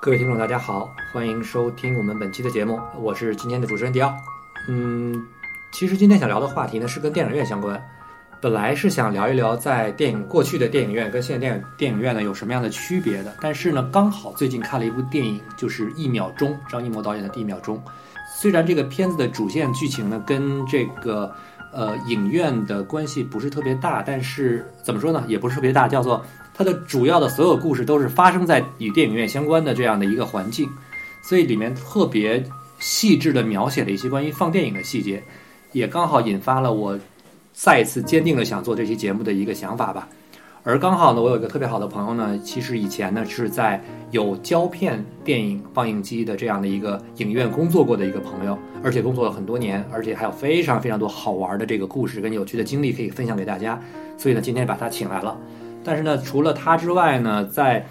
各位听众，大家好，欢迎收听我们本期的节目，我是今天的主持人迪奥。嗯，其实今天想聊的话题呢是跟电影院相关，本来是想聊一聊在电影过去的电影院跟现在电影电影院呢有什么样的区别的，但是呢，刚好最近看了一部电影，就是《一秒钟》，张艺谋导演的《一秒钟》。虽然这个片子的主线剧情呢跟这个呃影院的关系不是特别大，但是怎么说呢，也不是特别大，叫做它的主要的所有故事都是发生在与电影院相关的这样的一个环境，所以里面特别细致的描写了一些关于放电影的细节，也刚好引发了我再一次坚定的想做这期节目的一个想法吧。而刚好呢，我有一个特别好的朋友呢，其实以前呢是在有胶片电影放映机的这样的一个影院工作过的一个朋友，而且工作了很多年，而且还有非常非常多好玩的这个故事跟有趣的经历可以分享给大家，所以呢，今天把他请来了。但是呢，除了他之外呢，在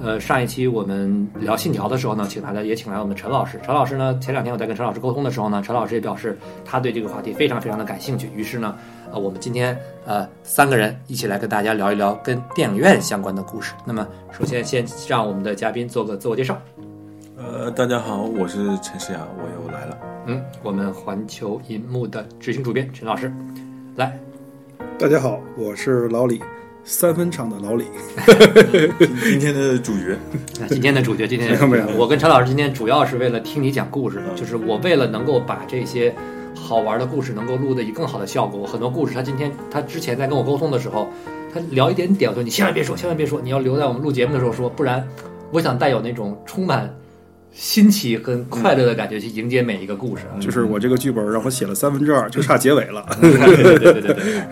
呃上一期我们聊《信条》的时候呢，请来了也请来了我们陈老师。陈老师呢，前两天我在跟陈老师沟通的时候呢，陈老师也表示他对这个话题非常非常的感兴趣。于是呢，呃，我们今天呃三个人一起来跟大家聊一聊跟电影院相关的故事。那么，首先先让我们的嘉宾做个自我介绍。呃，大家好，我是陈诗雅，我又来 了。嗯，我们环球银幕的执行主编陈老师，来，大家好，我是老李，三分场的老李。今今天的主角，那今天的主角，今天没有没有我跟陈老师今天主要是为了听你讲故事，就是我为了能够把这些好玩的故事能够录的以更好的效果。我很多故事，他今天他之前在跟我沟通的时候，他聊一点点，我说你千万别说，千万别说，你要留在我们录节目的时候说，不然我想带有那种充满新奇跟快乐的感觉去迎接每一个故事啊。就是我这个剧本让我写了三分之二，就差结尾了。对对对对对。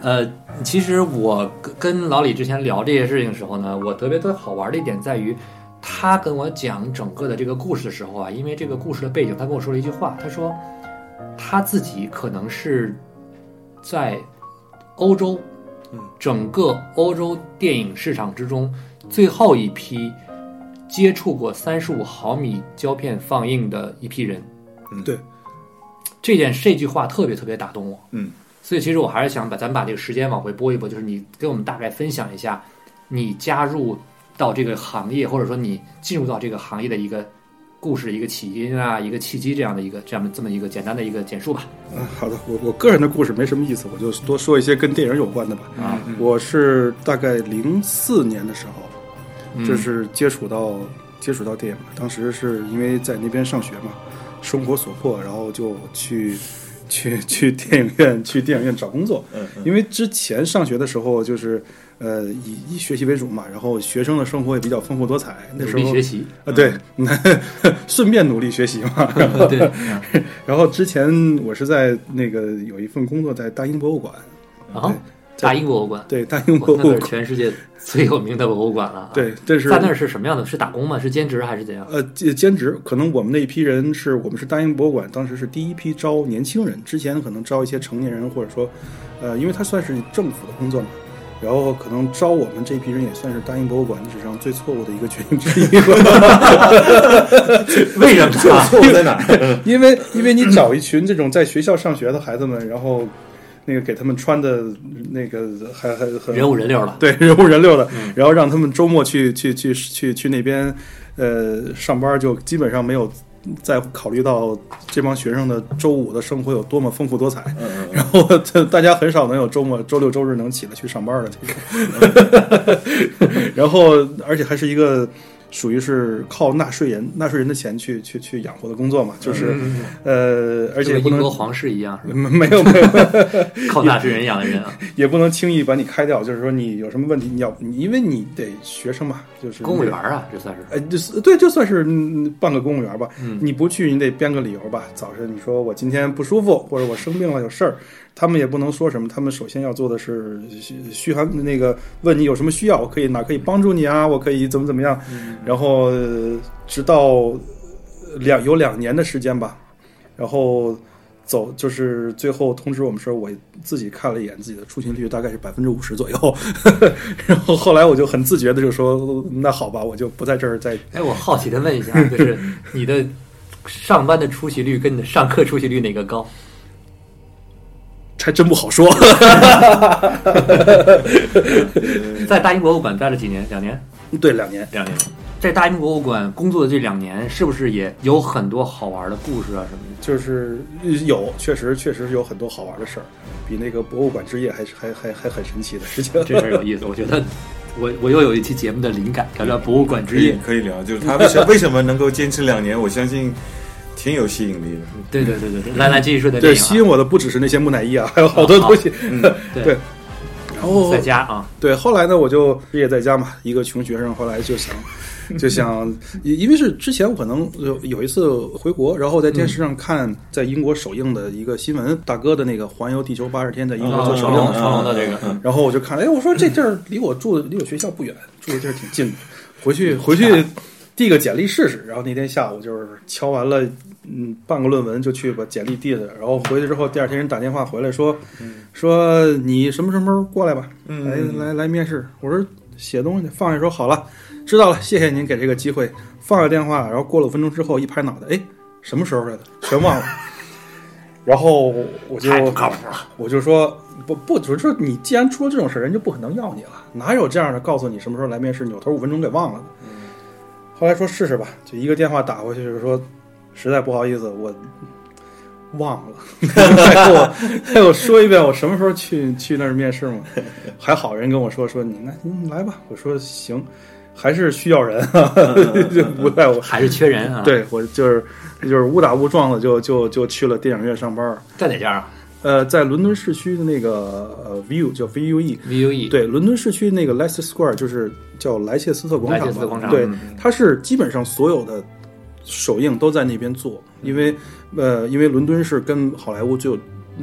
呃，其实我跟跟老李之前聊这些事情的时候呢，我特别特别好玩的一点在于，他跟我讲整个的这个故事的时候啊，因为这个故事的背景，他跟我说了一句话，他说他自己可能是在欧洲，嗯，整个欧洲电影市场之中最后一批接触过三十五毫米胶片放映的一批人。嗯对，这件这句话特别特别打动我。嗯，所以其实我还是想把咱们把这个时间往回拨一拨，就是你给我们大概分享一下你加入到这个行业，或者说你进入到这个行业的一个故事、一个起因啊、一个契机这样的一个这样的这么一个简单的一个简述吧。啊， 好的，我我个人的故事没什么意思，我就多说一些跟电影有关的吧。啊，我是大概零四年的时候，嗯就是接触到、接触到电影了，当时是因为在那边上学嘛，生活所迫，然后就去去去电影院去电影院找工作。嗯嗯因为之前上学的时候就是，呃，以以学习为主嘛，然后学生的生活也比较丰富多彩。那努时力候学习，啊，对， 顺便努力学习嘛。 对，啊 然后之前我是在那个有一份工作在大英博物馆，啊，大英博物馆，对大英我博物哦那可馆是，全世界最有名的博物馆了啊。对，这是在那儿是什么样的？是打工吗？是兼职还是怎样？呃兼兼职，可能我们那一批人是我们是大英博物馆当时是第一批招年轻人，之前可能招一些成年人或者说，呃，因为它算是政府的工作嘛。然后可能招我们这批人也算是大英博物馆历史上最错误的一个决定之一吧。为什么啊？错误在哪儿？因为因为你找一群这种在学校上学的孩子们，然后那个给他们穿的那个还还很人五人六了， 对人五人六的，嗯然后让他们周末去去去去去那边呃上班，就基本上没有再考虑到这帮学生的周五的生活有多么丰富多彩。嗯嗯然后这大家很少能有周末、周六、周日能起来去上班的这种。 然后，而且还是一个属于是靠纳税人、纳税人的钱去去去养活的工作嘛，就是、嗯呃，而而且也不英国能。皇室一样，是吧没有没有，靠纳税人养的人啊。也不能轻易把你开掉。就是说，你有什么问题，你要，你因为你得学生嘛，就是公务员啊，这算是。呃，就是对，就算是嗯半个公务员吧。嗯你不去，你得编个理由吧。早晨你说我今天不舒服，或者我生病了有事儿，他们也不能说什么。他们首先要做的是嘘嘘寒那个问你有什么需要，我可以哪可以帮助你啊，我可以怎么怎么样。然后呃直到两有两年的时间吧，然后走就是最后通知我们说，我自己看了一眼自己的出勤率大概是百分之五十左右， 然后后来我就很自觉的就说，那好吧，我就不在这儿再哎，我好奇的问一 下，就是你的上班的出席率跟你的上课出席率哪个高？还真不好说。 在大英博物馆待了几年？两年？对，两年，两年。在大英博物馆工作的这两年，是不是也有很多好玩的故事啊什么 的？就是有，确实确实有很多好玩的事儿，比那个博物馆之夜还是还还还很神奇的事情。这事儿有意思，我觉得我我又有一期节目的灵感，聊聊博物馆 可之以夜。可以聊，就是他为什为什么能够坚持两年，我相信挺有吸引力的。对对对对对，来来继续说的对，电吸影啊引我的不只是那些木乃伊啊，还有好多东西。对对， 然后啊，在家啊，对，后来呢，我就也在家嘛，一个穷学生，后来就想，就想，因因为是之前我可能有有一次回国，然后在电视上看在英国首映的一个新闻，大哥的那个《环游地球八十天》在英国嗯做首成映龙的时成候，龙的哦这个，嗯然后我就看，哎，我说这地儿离我住的离我学校不远，住的地儿挺近的，回去回去递个简历试试。然后那天下午就是敲完了，嗯，半个论文就去把简历递了。然后回去之后，第二天人打电话回来说，嗯说你什么什么时候过来吧，来来来面试。我说写东西放下说好了，知道了，谢谢您给这个机会。放下电话，然后过了五分钟之后一拍脑袋，哎，什么时候来的？全忘了。 然后我就太不靠谱了。我就说不不，就是说你既然出了这种事儿，人就不可能要你了。哪有这样的告诉你什么时候来面试，扭头五分钟给忘了的？后来说试试吧，就一个电话打过去，就是说实在不好意思，我忘了， 再给我再给我说一遍，我什么时候去去那儿面试嘛？还好人跟我说说你那你来吧，我说行，还是需要人，啊 就不在我。还是缺人啊？，对我就是就是误打误撞的就就就去了电影院上班儿。在哪家啊呃，在伦敦市区的那个呃 View 叫 VUE， ？VUE 对，伦敦市区那个 Leicester Square 就是叫莱切斯特广莱场吧，切斯特广场，对，嗯它是基本上所有的首映都在那边做，嗯因为呃，因为伦敦是跟好莱坞就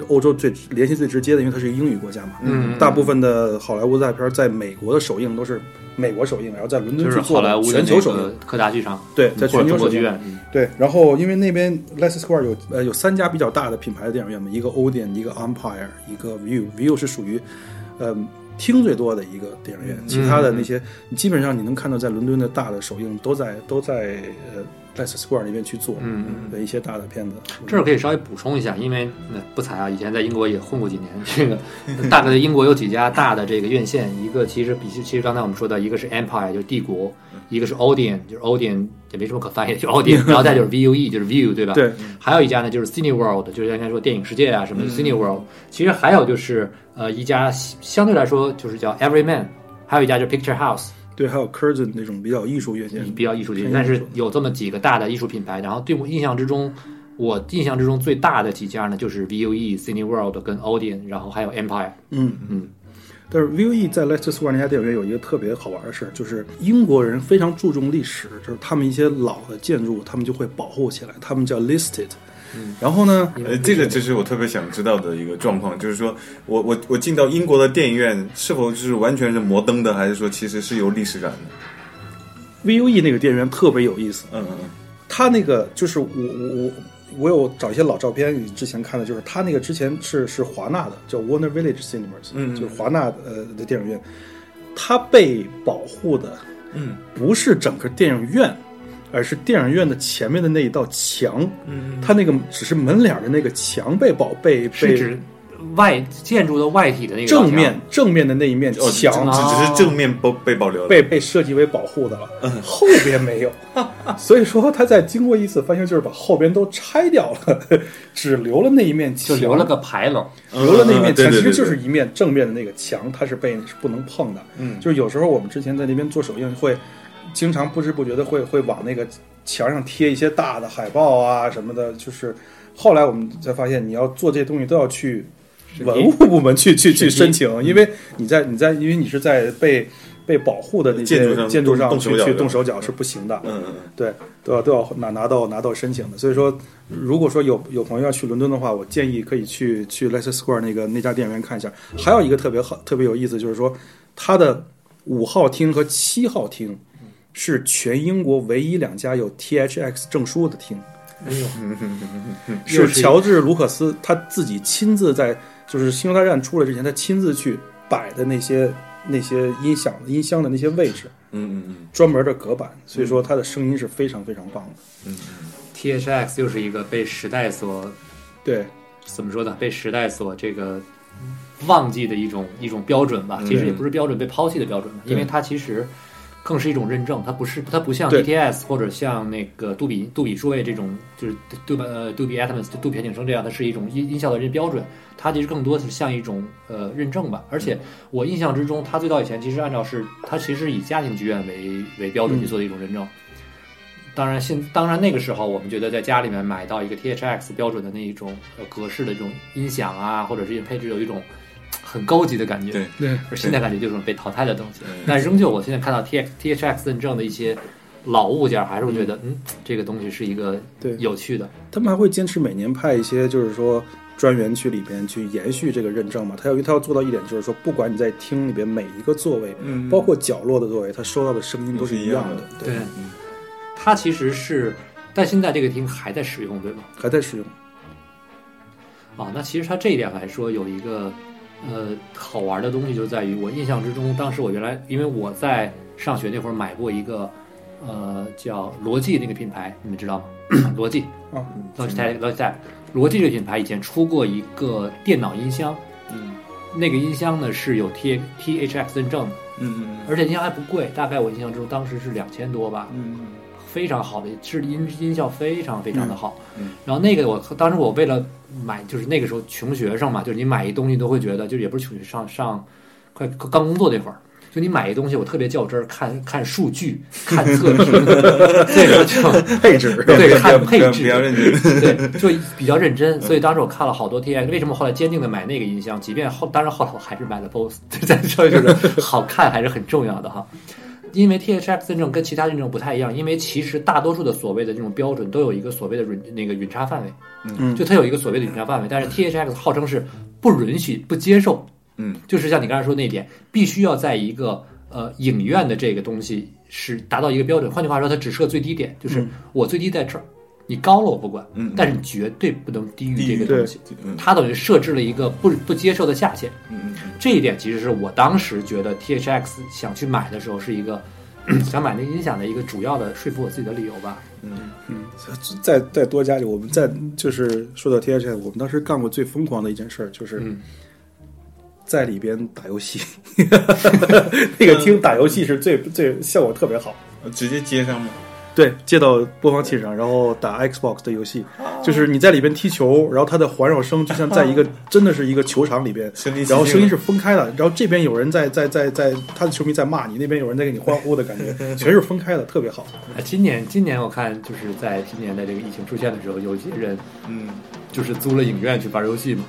欧洲最联系最直接的，因为它是一个英语国家嘛，嗯大部分的好莱坞大片在美国的首映都是美国首映，然后在伦敦就去是做好莱的坞的全球那首个映，柯达剧场，对，在或者全球中首国剧映。院，嗯对，然后因为那边 Leicester Square 有呃有三家比较大的品牌的电影院嘛，一个 Odeon，一个 Empire，一个 View，View 是属于呃厅最多的一个电影院，嗯其他的那些、你基本上你能看到在伦敦的大的首映都在都在呃 Leicester Square 那边去做嗯嗯。的一些大的片子。这儿可以稍微补充一下，因为呃不才啊，以前在英国也混过几年。这个大概英国有几家大的这个院线，一个其实比起其实刚才我们说的，一个是 Empire 就是帝国，一个是 Odeon 就是 Odeon 也没什么可翻译，就是 Odeon，然后再就是 VUE 就是 View 对吧？对，还有一家呢，就是 Cine World，就是应该说电影世界啊什么的 Cine World。其实还有就是呃一家相对来说就是叫 Everyman，还有一家就是 Picture House，对，还有 Curzon 那种比较艺术院线，比较艺术很品，艺但是术有这么几个大的艺术品牌。然后对我印象之中，我印象之中最大的几家呢，就是 VUE、Cine World 跟 Odeon，然后还有 Empire。嗯嗯。但是 VUE 在 Leicester Square 那家电影院有一个特别好玩的事，就是英国人非常注重历史，就是他们一些老的建筑，他们就会保护起来，他们叫 listed。然嗯后呢，呃，这个就是我特别想知道的一个状况，就是说我我我进到英国的电影院，是否就是完全是摩登的，还是说其实是有历史感的？ VUE E 那个店员特别有意思，嗯嗯嗯，他那个就是我我我我有找一些老照片，之前看的就是他那个之前是是华纳的，叫 Warner Village Cinemas，嗯嗯就是华纳呃的电影院，它被保护的嗯不是整个电影院，而是电影院的前面的那一道墙，嗯它那个只是门脸的那个墙被保被是被指外建筑的外体的那个正面正面的那一面哦，只墙只只是正面保被保留了。啊被被设计为保护的了， 后边没有，所以说他在经过一次翻修，就是把后边都拆掉了， 只留了那一面就墙，留了个牌楼。留了那一嗯面嗯嗯对对墙，其实对就对是一面正面的那个墙，它是被是不能碰的。嗯就是有时候我们之前在那边做首映会，经常不知不觉的会会往那个墙上贴一些大的海报啊什么的，就是后来我们才发现，你要做这些东西都要去文物部门去去去审申批嗯请，因为你在你在因为你是在被被保护的那些建筑上建筑上动去手脚去的动手脚是不行的。嗯嗯对，都要都要拿拿到拿到申请的。所以说，如果说有有朋友要去伦敦的话，我建议可以去去 Leicester Square 那个那家电影院看一下。还有一个特别好、特别有意思，就是说它的五号厅和七号厅是全英国唯一两家有 THX 证书的厅，哎呦，是乔治·卢克斯他自己亲自在就是《星球大战》出来之前，他亲自去摆的那些那些音响音箱的那些位置，嗯嗯嗯专门的隔板，所以说它的声音是非常非常棒的。嗯 THX 又是一个被时代所对。怎么说呢？被时代所这个忘记的一种一种标准吧。其实也不是标准，被抛弃的标准吧，因为它其实更是一种认证，它不是它不像对 DTS 或者像那个杜比杜比数位这种就是杜呃杜比 Atmos 杜比全景声这样，它是一种音音效的认标准，它其实更多是像一种呃认证吧。而且我印象之中，它最早以前其实按照是它其实以家庭剧院为为标准去做的一种认证。当然现当然那个时候我们觉得在家里面买到一个 THX 标准的那一种呃格式的这种音响啊，或者是配置有一种很高级的感觉。对对，而现在感觉就是被淘汰的东西嗯。但仍旧，我现在看到 T X T H X 认证的一些老物件，还是会觉得，嗯，这个东西是一个对有趣的。他们还会坚持每年派一些，就是说专员去里边去延续这个认证嘛。他要他要做到一点，就是说不管你在厅里边每一个座位，嗯包括角落的座位，他收到的声音都是一样都是一的，对，嗯它其实是，但现在这个厅还在使用，对吗？还在使用。啊，那其实它这一点来说有一个呃好玩的东西，就在于我印象之中，当时我原来因为我在上学那会儿买过一个呃叫罗技那个品牌，你们知道吗？ 罗技嗯啊，Logitech Logitech，罗技这个品牌以前出过一个电脑音箱，嗯那个音箱呢是有 T T H X 认证的，嗯而且音箱还不贵，大概我印象中当时是两千多吧，嗯非常好的，是音音效非常非常的好。嗯嗯然后那个我当时我为了买，就是那个时候穷学生嘛，就是你买一东西都会觉得，就是也不是穷学生，上上快刚工作那会儿。就你买一东西，我特别较真儿，看看数据，看测评，所以说就配置对不要看不配要置，不要认真，对，就比较认真，所以当时我看了好多 T X，为什么后来坚定的买那个音箱？即便后，当然后来我还是买了 BOSS，在 这觉得好看还是很重要的哈。因为 T H X 认证跟其他认证不太一样，因为其实大多数的所谓的这种标准都有一个所谓的允那个允差范围，嗯就它有一个所谓的允差范围，但是 T H X 号称是不允许、不接受，嗯，就是像你刚才说的那一点，必须要在一个呃影院的这个东西是达到一个标准，换句话说，它只设最低点，就是我最低在这儿，你高了我不管，嗯但是你绝对不能低于低于这个东西。嗯它等于设置了一个不不接受的下限，嗯这一点其实是我当时觉得 T H X 想去买的时候是一个 想买那个音响的一个主要的说服我自己的理由吧。嗯 再再多加一个，我们再就是说到 T H，我们当时干过最疯狂的一件事儿，就是嗯在里边打游戏， 那个厅打游戏是最最效果特别好。嗯，直接接上吗？对，接到播放器上，然后打 Xbox 的游戏，就是你在里边踢球，然后它的环绕声就像在一个真的是一个球场里边身临，其境然后哦声音是分开的，然后这边有人在在在在他的球迷在骂你，那边有人在给你欢呼的感觉， 全是分开的，特别好。啊，今年今年我看就是在今年的这个疫情出现的时候，有些人嗯，就是租了影院去玩游戏嘛。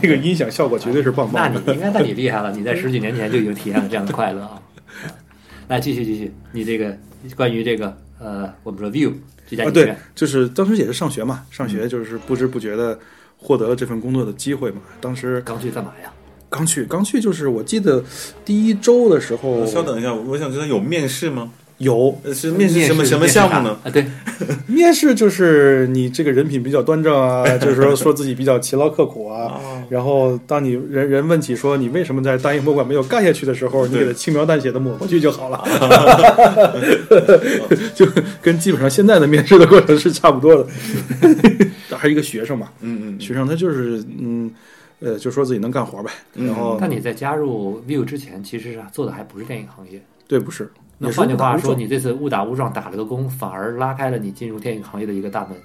那个音响效果绝对是棒那棒你的。啊应该那你厉害了，你在十几年前就已经体验了这样的快乐啊！来，继续继续，你这个关于这个呃，我们说 view 这家啊，影对院，，就是当时也是上学嘛，上嗯学就是不知不觉的获得了这份工作的机会嘛。当时刚去干嘛呀？刚去，刚去就是我记得第一周的时候稍等一下，我想知道有面试吗？有呃是面试什么什么项目呢？啊，对，面试，就是你这个人品比较端正 啊，就是说说自己比较勤劳刻苦啊。啊，然后当你人人问起说你为什么在大英博物馆没有干下去的时候，你对给他轻描淡写的抹过去就好了，啊 就跟基本上现在的面试的过程是差不多的。 还是一个学生嘛，嗯嗯学生他就是嗯呃就说自己能干活呗，然哦后那你在加入 view 之前，其实是啊做的还不是电影行业。对不是，那也是换句话打工说，者你这次误打误撞打了个工，反而拉开了你进入电影行业的一个大门。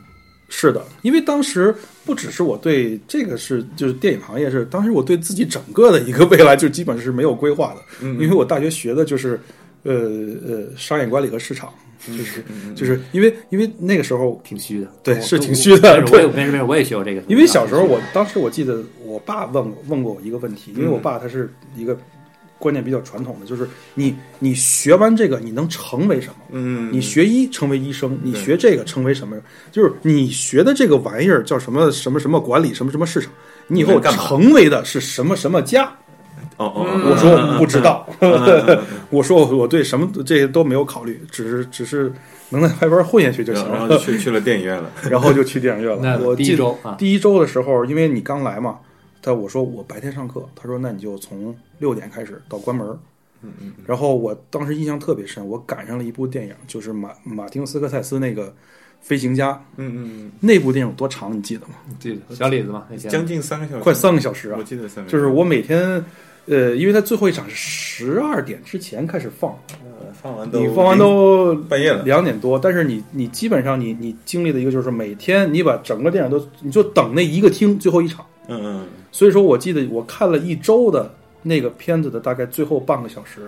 是的，因为当时不只是我对这个是就是电影行业是，当时我对自己整个的一个未来就基本是没有规划的，嗯因为我大学学的就是呃呃商业管理和市场，就是就是因为因为那个时候。挺虚的，对我是我挺虚的我对我也没事没事，我也学过这个。啊因为小时候我，当时我记得我爸问我问过我一个问题，因为我爸他是一个观念比较传统的，就是你你学完这个你能成为什么？嗯，你学医成为医生，你对学这个成为什么？就是你学的这个玩意儿叫什么什么什么管理，什么什么市场，你以你后能干嘛成为的是什么什么家？哦哦，我说我不知道，嗯 我说我我对什么这些都没有考虑，只是只是能在外边混下去就行然后了 就。去去了电影院了，然后就去电影院那了。我第一记得周啊第一周的时候，因为你刚来嘛，他我说我白天上课，他说那你就从六点开始到关门。嗯嗯然后我当时印象特别深，我赶上了一部电影，就是马马丁斯科塞斯那个《飞行家》。嗯那部电影有多长，你记得吗？对小李子嘛，那些嗯，将近三个小时，快三个小时啊我！记得三个，就是我每天，呃，呃，因为它最后一场是十二点之前开始放，呃放完都你放完都半夜了，两点多，但是你你基本上你你经历的一个就是每天你把整个电影都你就等那一个厅最后一场，嗯嗯，所以说我记得我看了一周的那个片子的大概最后半个小时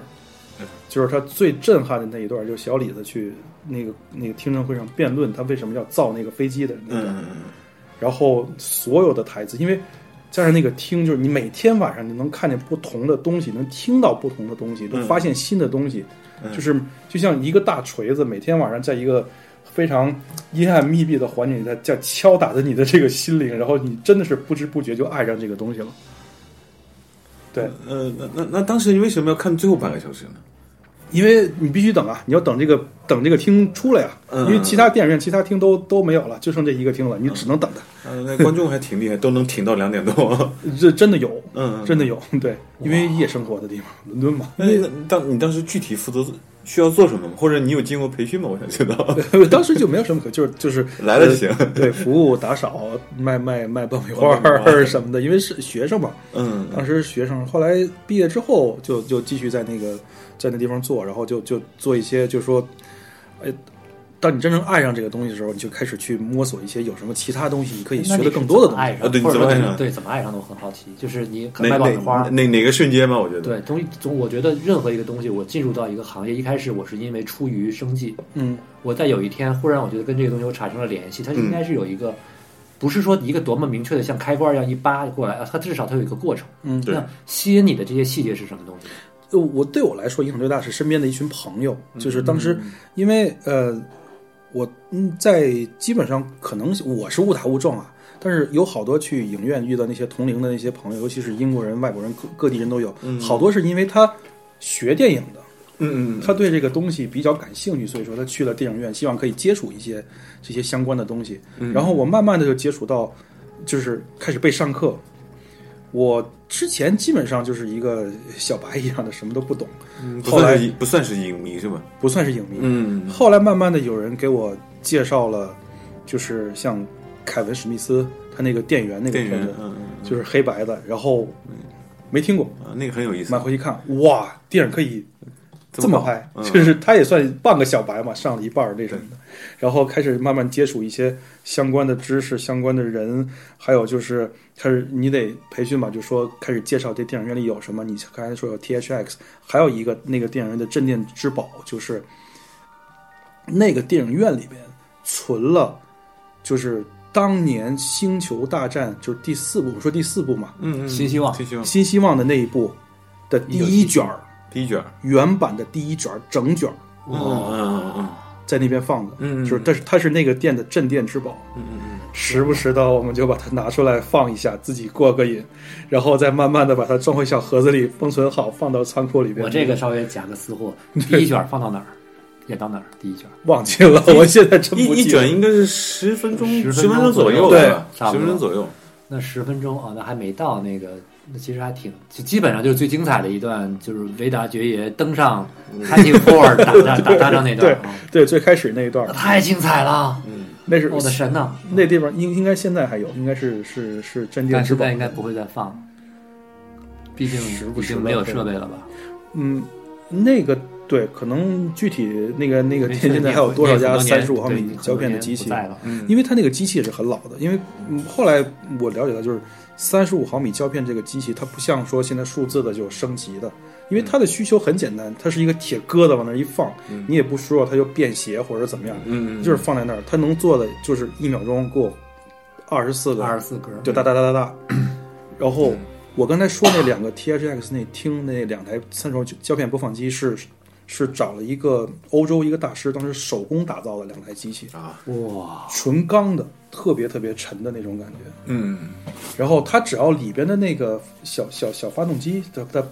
嗯，就是他最震撼的那一段，就是小李子去那个那个听证会上辩论他为什么要造那个飞机的那嗯段，嗯嗯然后所有的台词，因为加上那个听，就是你每天晚上你能看见不同的东西，能听到不同的东西，能嗯发现新的东西，嗯就是就像一个大锤子，每天晚上在一个非常阴暗密闭的环境里，在在敲打着你的这个心灵，然后你真的是不知不觉就爱上这个东西了。对，呃，那那那当时你为什么要看最后半个小时呢？因为你必须等啊，你要等这个等这个厅出来呀、嗯因为其他电影院、其他厅都都没有了，就剩这一个厅了，你只能等它。呃，那观众还挺厉害，都能挺到两点多。 这真的有，嗯，真的有，对，因为夜生活的地方，伦敦嘛。那那你当你当时具体负责需要做什么吗？或者你有经过培训吗？我想知道。当时就没有什么可，就是就是 来了就行。呃对，服务打扫、卖卖卖爆米花爆米儿花什么的，因为是学生嘛，嗯，当时学生，后来毕业之后就就继续在那个在那地方做，然后就就做一些，就说，哎，当你真正爱上这个东西的时候，你就开始去摸索一些有什么其他东西你可以学的更多的东那西。你是啊对你怎怎么爱上，或么爱者上说对怎么爱上都很好奇，就是你可能哪卖爆米哪花。哪哪个瞬间吗？我觉得。对，从从我觉得任何一个东西，我进入到一个行业，一开始我是因为出于生计，嗯，我在有一天忽然我觉得跟这个东西我产生了联系，它应嗯该是有一个，不是说一个多么明确的像开关一样一扒过来，啊它至少它有一个过程。嗯对那吸引你的这些细节是什么东西？呃我对我来说影响最大是身边的一群朋友，就是当时因为呃，我嗯在基本上可能我是误打误撞啊，但是有好多去影院遇到那些同龄的那些朋友，尤其是英国人、外国人各各地人都有，嗯好多是因为他学电影的。嗯嗯嗯，他对这个东西比较感兴趣，所以说他去了电影院，希望可以接触一些这些相关的东西。嗯嗯然后我慢慢的就接触到，就是开始被上课。我之前基本上就是一个小白一样的，什么都不懂，嗯不后来算是不算是影迷是吧？不算是影迷。嗯后来慢慢的有人给我介绍了，就是像凯文史密斯他那个店员那个店片员子，，嗯嗯就是黑白的，然后没听过，嗯，啊，那个很有意思买。回去看，哇，电影可以这么拍，嗯就是他也算半个小白嘛，上了一半儿那什么的，然后开始慢慢接触一些相关的知识、相关的人，还有就是开始你得培训嘛，就说开始介绍这电影院里有什么。你刚才说有 THX，还有一个那个电影院的镇店之宝就是那个电影院里边存了，就是当年《星球大战》就是第四部，我说第四部嘛，嗯嗯，新希望新希望，新希望的那一部的第一卷儿第一卷儿。原版的第一卷儿整卷儿嗯哦嗯嗯在那边放着，嗯就是但是它是那个店的镇店之宝，嗯嗯时不时的我们就把它拿出来放一下，自己过个瘾，然后再慢慢的把它装回小盒子里封存好，放到仓库里边。我这个稍微夹个私 货，第一卷放到哪儿，演到哪儿，第一卷。忘记了，我现在真嗯，一不一记得卷。应该是十分钟， 10十分钟左右左右吧，对十分钟左右。那十分钟啊，那还没到那个，那其实还挺，就基本上就是最精彩的一段，就是维达爵爷登上 h a t t i f o r 打 打打打仗那段嗯对啊，对，最开始那一段那，太精彩了，那是我的神呐！那地方应应该现在还有，应该是是是镇店但之现宝在。应该不会再放了，毕竟时不已时经地没有会设备了吧？嗯，那个对，可能具体那个那个没事店现在你还有也多你少也家很多三年十五毫对米你很胶多片的年机不器？在了，因为它那个机器也是很老的，因为、嗯、后来我了解到，就是三十五毫米胶片这个机器，它不像说现在数字的就升级的，因为嗯它的需求很简单，它是一个铁疙瘩往那儿一放，你也不说它就便携或者怎么样，嗯嗯，就是放在那儿，它能做的就是一秒钟给我二十四个二十嗯四格，就哒哒哒哒哒。然后我刚才说那两个 THX 那听那两台三轴胶片播放机是是找了一个欧洲一个大师，当时手工打造的两台机器，啊，哇，纯钢的，特别特别沉的那种感觉。嗯然后它只要里边的那个小小小发动机，它它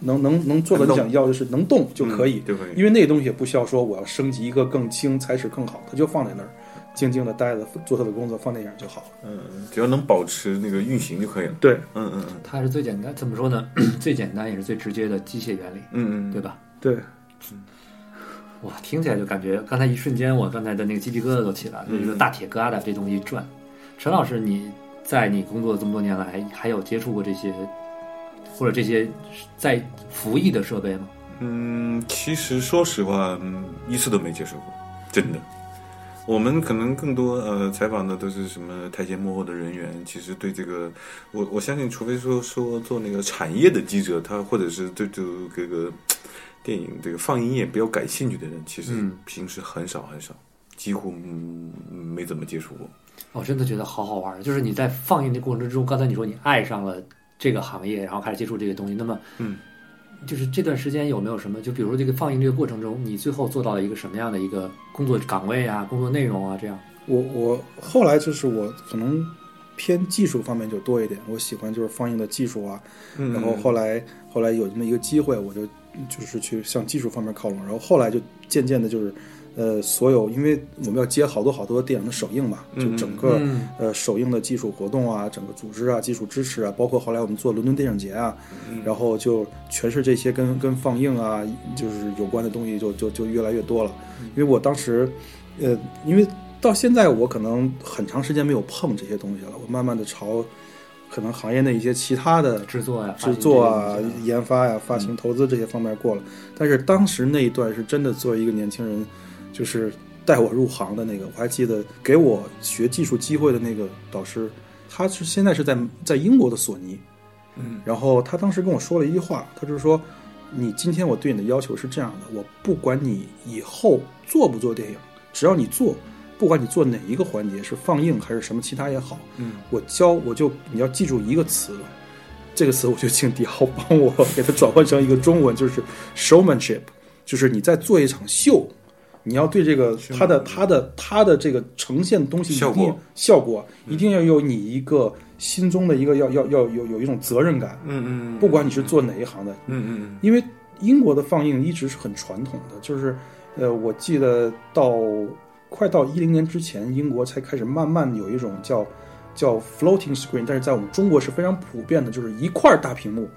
能能能做到你能动想要就是能动就可以，嗯就可以因为那东西也不需要说我要升级一个更轻、材质更好，它就放在那儿，静静的待着，做它的工作，放电影就好了。嗯，只要能保持那个运行就可以了。对，嗯嗯嗯它是最简单，怎么说呢？ 最简单也是最直接的机械原理，嗯嗯，对吧？对，哇，听起来就感觉刚才一瞬间，我刚才的那个鸡皮疙瘩都起来了，就是一嗯个大铁疙瘩这东西一转。陈老师，你在你工作这么多年来，还有接触过这些或者这些在服役的设备吗？嗯，其实说实话，嗯，一次都没接触过，真的。我们可能更多呃采访的都是什么台前幕后的人员，其实对这个，我我相信，除非说说做那个产业的记者，他或者是对这这个电影这个放映业比较感兴趣的人，其实嗯平时很少很少，几乎嗯没怎么接触过。我哦真的觉得好好玩儿，就是你在放映的过程之中，刚才你说你爱上了这个行业，然后开始接触这个东西，那么，嗯，就是这段时间有没有什么，就比如说这个放映这个过程中，你最后做到了一个什么样的一个工作岗位啊、工作内容啊这样？我我后来就是我可能偏技术方面就多一点，我喜欢就是放映的技术啊，嗯然后后来后来有这么一个机会，我就就是去向技术方面靠拢，然后后来就渐渐的就是。呃，所有因为我们要接好多好多电影的首映嘛，就嗯整个、嗯呃首映的技术活动啊，整个组织啊，技术支持啊，包括后来我们做伦敦电影节啊，嗯然后就全是这些跟跟放映啊，就是有关的东西就就就越来越多了。嗯因为我当时，呃，因为到现在我可能很长时间没有碰这些东西了，我慢慢的朝可能行业内一些其他的制作呀、制作发啊行这个东西、研发呀、发行、投资这些方面过了。但是当时那一段是真的作为一个年轻人，就是带我入行的那个，我还记得给我学技术机会的那个导师，他是现在是在在英国的索尼，嗯，然后他当时跟我说了一句话，他就是说，你今天我对你的要求是这样的，我不管你以后做不做电影，只要你做。不管你做哪一个环节，是放映还是什么其他也好，嗯，我教我就你要记住一个词，这个词，我觉得请迪奥帮我给它转换成一个中文，就是 showmanship，就是你在做一场秀，你要对这个是吗它的它的它的这个呈现东西一定效果嗯效果一定要有你一个心中的一个要要要有有一种责任感，嗯嗯，不管你是做哪一行的，嗯嗯因为英国的放映一直是很传统的，就是呃，我记得到快到一零年之前，英国才开始慢慢有一种叫叫 floating screen，但是在我们中国是非常普遍的，就是一块大屏幕。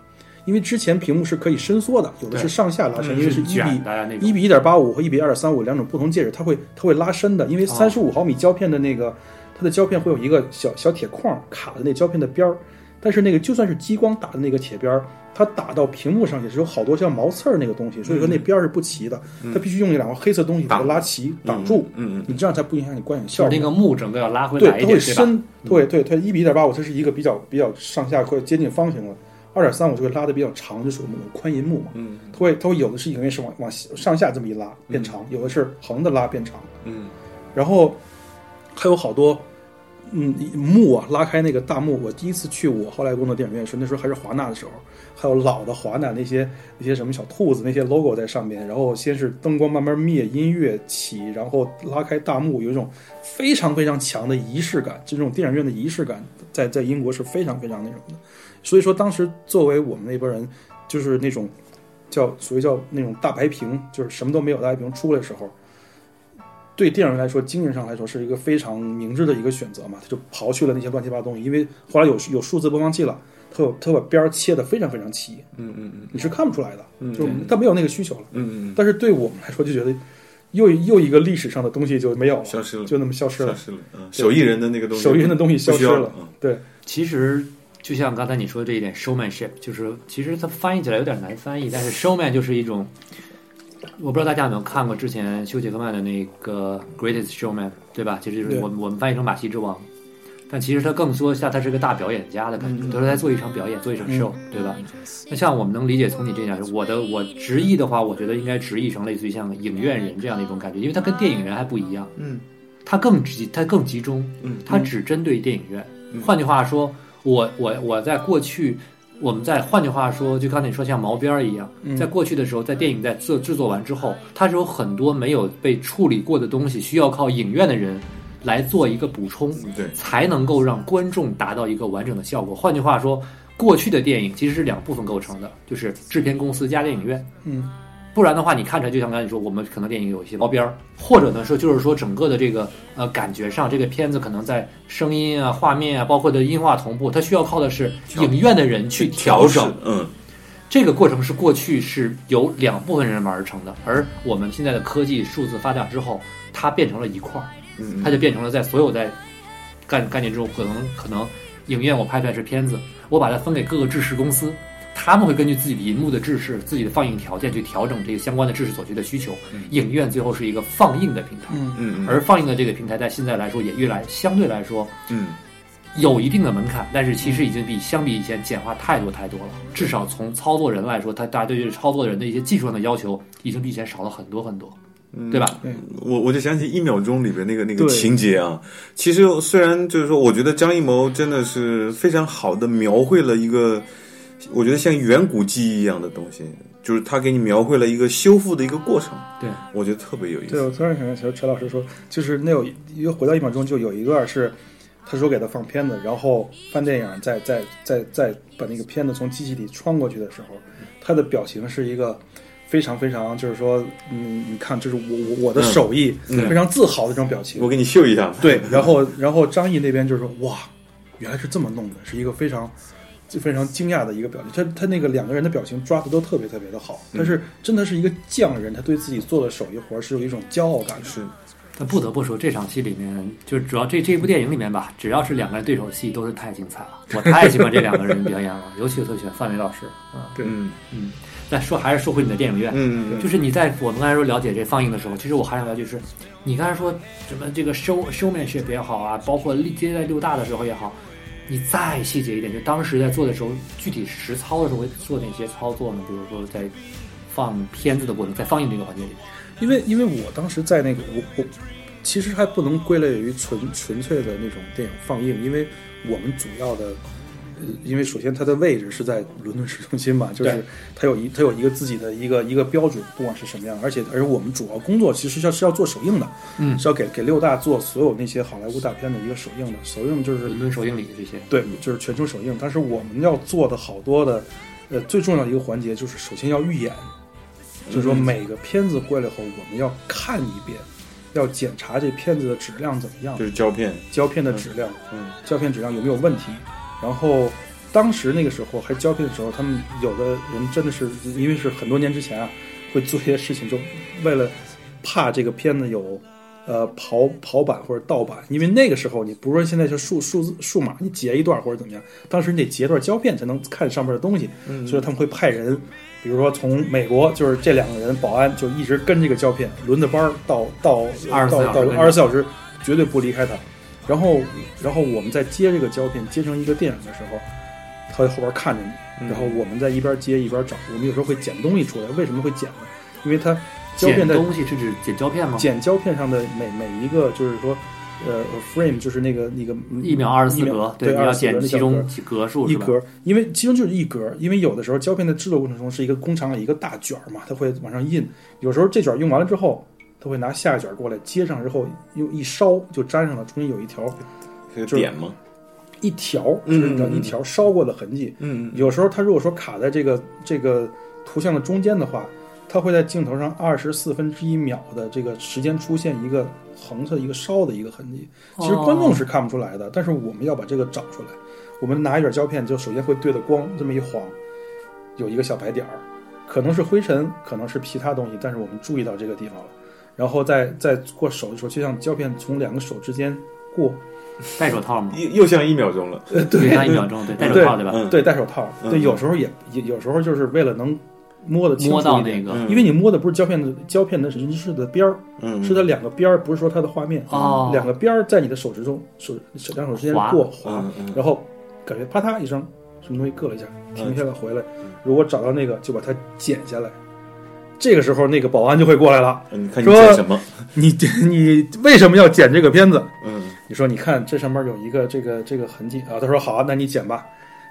因为之前屏幕是可以伸缩的，有的是对上下拉伸，因为是一比嗯卷的呀那种一比一点八五和一比二三五两种不同介质，它会它会拉伸的，因哦为三十五毫米胶片的那个、它的胶片会有一个小小铁框卡在那胶片的边儿，但是那个就算是激光打的那个铁边儿，它打到屏幕上也是有好多像毛刺儿那个东西，所以说嗯那边儿是不齐的，它必须用一两个黑色东西把它拉齐挡住，嗯嗯你这样才不影响你观影就效是那果。个幕整个要拉回对，来一它点，会对吧？嗯伸，对对，它一比一点八五，它是一个比较比较上下或者接近方形了。二点三五就会拉的比较长，就是我们的宽银幕嘛。嗯它会它会有的是因为是往往上下这么一拉变长，有的是横的拉变长，嗯然后还有好多嗯幕啊，拉开那个大幕。我第一次去我后来工作电影院的时候，那时候还是华纳的时候，还有老的华纳那些那些什么小兔子那些 logo 在上面，然后先是灯光慢慢灭，音乐起，然后拉开大幕，有一种非常非常强的仪式感，这种电影院的仪式感在在英国是非常非常那种的。所以说，当时作为我们那波人，就是那种叫所谓叫那种大白屏，就是什么都没有大白屏出来的时候，对电影人来说，精神上来说是一个非常明智的一个选择嘛。他就刨去了那些乱七八糟东西，因为后来有有数字播放器了，它有它把边儿切的非常非常齐，嗯嗯你是看不出来的，嗯就是它没有那个需求了。嗯嗯，但是对我们来说，就觉得又又一个历史上的东西就没有了，消失了，就那么消失消了，失了，嗯，手艺人的那个东西，手艺人的东西消失了。嗯对，其实就像刚才你说的这一点，showmanship 就是其实它翻译起来有点难翻译，但是 showman 就是一种，我不知道大家有没有看过之前休·杰克曼的那个《Greatest Showman》，对吧？其实就是对我们我们翻译成《马戏之王》，但其实它更说像他是个大表演家的感觉，嗯他是在做一场表演，做一场 show，、对吧？那像我们能理解从你这点，我的我直译的话，我觉得应该直译成类似于像影院人这样的一种感觉，因为它跟电影人还不一样，嗯，它更集它更集中，嗯，它只针对电影院。嗯换句话说，我我我在过去，我们在换句话说，就刚才你说像毛边儿一样，嗯在过去的时候，在电影在制制作完之后，它是有很多没有被处理过的东西，需要靠影院的人来做一个补充。嗯对，才能够让观众达到一个完整的效果。换句话说，过去的电影其实是两部分构成的，就是制片公司加电影院。嗯，不然的话，你看起来就像刚才你说，我们可能电影有一些毛边儿，或者呢说就是说整个的这个呃感觉上，这个片子可能在声音啊、画面啊，包括的音画同步，它需要靠的是影院的人去调整。，嗯这个过程是过去是由两部分人完而成的，而我们现在的科技数字发达之后，它变成了一块儿。嗯，它就变成了在所有在干概念之后，可能可能影院我拍出来是片子，我把它分给各个制式公司，他们会根据自己的银幕的制式、自己的放映条件去调整这个相关的制式所需的需求。影院最后是一个放映的平台，嗯嗯而放映的这个平台在现在来说也越来相对来说嗯有一定的门槛，但是其实已经比相比以前简化太多太多了。至少从操作人来说，他大家对于操作人的一些技术上的要求已经比以前少了很多很多，对吧？我我就想起一秒钟里边那个那个对情节啊，其实虽然就是说，我觉得张艺谋真的是非常好的描绘了一个，我觉得像远古记忆一样的东西，就是他给你描绘了一个修复的一个过程，对，我觉得特别有意对，思。我突然想起来，陈老师说，就是那有一一个回到一秒钟，就有一段是，他说给他放片子，然后翻电影，再再再再把那个片子从机器里穿过去的时候，他的表情是一个非常非常，就是说，嗯，你看，这是我我我的手艺，嗯非常自豪的这种表情。我给你秀一下吧。对，然后然后张译那边就是说，哇，原来是这么弄的，是一个非常。就非常惊讶的一个表情，他他那个两个人的表情抓的都特别特别的好，但是真的是一个匠人，他对自己做的手艺活儿是有一种骄傲感的。是，但不得不说，这场戏里面，就是主要这这部电影里面吧，只要是两个人对手戏，都是太精彩了。我太喜欢这两个人表演了，尤其我特别喜欢范伟老师啊。对嗯嗯，但说还是说回你的电影院，嗯就是你在我们刚才说了解这放映的时候，其实我还想了解就是，你刚才说什么这个 show showmanship 也好啊，包括历接在六大的时候也好，你再细节一点，就当时在做的时候，具体实操的时候会做哪些操作呢？比如说在放片子的过程，在放映这个环节里，因为因为我当时在那个我我其实还不能归类于纯纯粹的那种电影放映，因为我们主要的。呃因为首先它的位置是在伦敦市中心嘛，就是对它有一它有一个自己的一个一个标准，不管是什么样，而且而且我们主要工作其实是要是要做首映的，嗯是要给给六大做所有那些好莱坞大片的一个首映的，首映就是伦敦首映礼的这些，对，就是全球首映。但是我们要做的好多的，呃，最重要的一个环节就是首先要预演，就是说每个片子过来后，我们要看一遍，要检查这片子的质量怎么样就，是胶片，胶片的质量，嗯胶片质量有没有问题。然后当时那个时候还胶片的时候，他们有的人真的是因为是很多年之前啊，会做一些事情，就为了怕这个片子有。呃，跑跑版或者盗版，因为那个时候你不是说现在是数数字数码，你截一段或者怎么样，当时你得截段胶片才能看上面的东西，嗯所以他们会派人，比如说从美国，就是这两个人保安就一直跟这个胶片轮着班儿到到24到小时到二十四小时，绝对不离开它。然后，然后我们在接这个胶片，接成一个电影的时候，他在后边看着你，嗯然后我们在一边接一边找。我们有时候会捡东西出来，为什么会捡呢？因为它胶剪片在东西是指剪胶片吗？剪胶片上的每每一个就是说，呃，frame 就是那个那个一秒二十四一秒格，对，你要24格剪那其小格中几格哦数一是吧？格，因为其中就是一格，因为有的时候胶片的制作过程中是一个工厂里一个大卷儿嘛，它会往上印，有时候这卷儿用完了之后，它会拿下一卷儿过来接上之后又一烧就粘上了，中间有一条这就个是点嘛，一条，就是你知道嗯嗯嗯一条烧过的痕迹。嗯有时候它如果说卡在这个这个图像的中间的话，它会在镜头上二十四分之一秒的这个时间出现一个横着一个烧的一个痕迹。哦其实观众是看不出来的，但是我们要把这个找出来。我们拿一卷胶片，就首先会对着光这么一晃，有一个小白点儿，可能是灰尘，可能是其他东西，但是我们注意到这个地方了。然后再再过手的时候，就像胶片从两个手之间过，戴手套吗？嗯又又像一秒钟了，对，一秒钟，对，戴手对套对吧？嗯对，戴手套，嗯对，有时候也也有时候就是为了能摸得清楚摸到一点那个嗯因为你摸的不是胶片的胶片的人是的边儿，嗯是它两个边儿，不是说它的画面，哦两个边儿在你的手指中手手两手之间过滑嗯嗯，然后感觉啪嗒一声，什么东西硌了一下，停下来回来，如果找到那个就把它剪下来。这个时候，那个保安就会过来了。 嗯你看你说剪什么？你 你为什么要剪这个片子？嗯你说，你看这上面有一个这个这个痕迹啊。他说好啊，那你剪吧。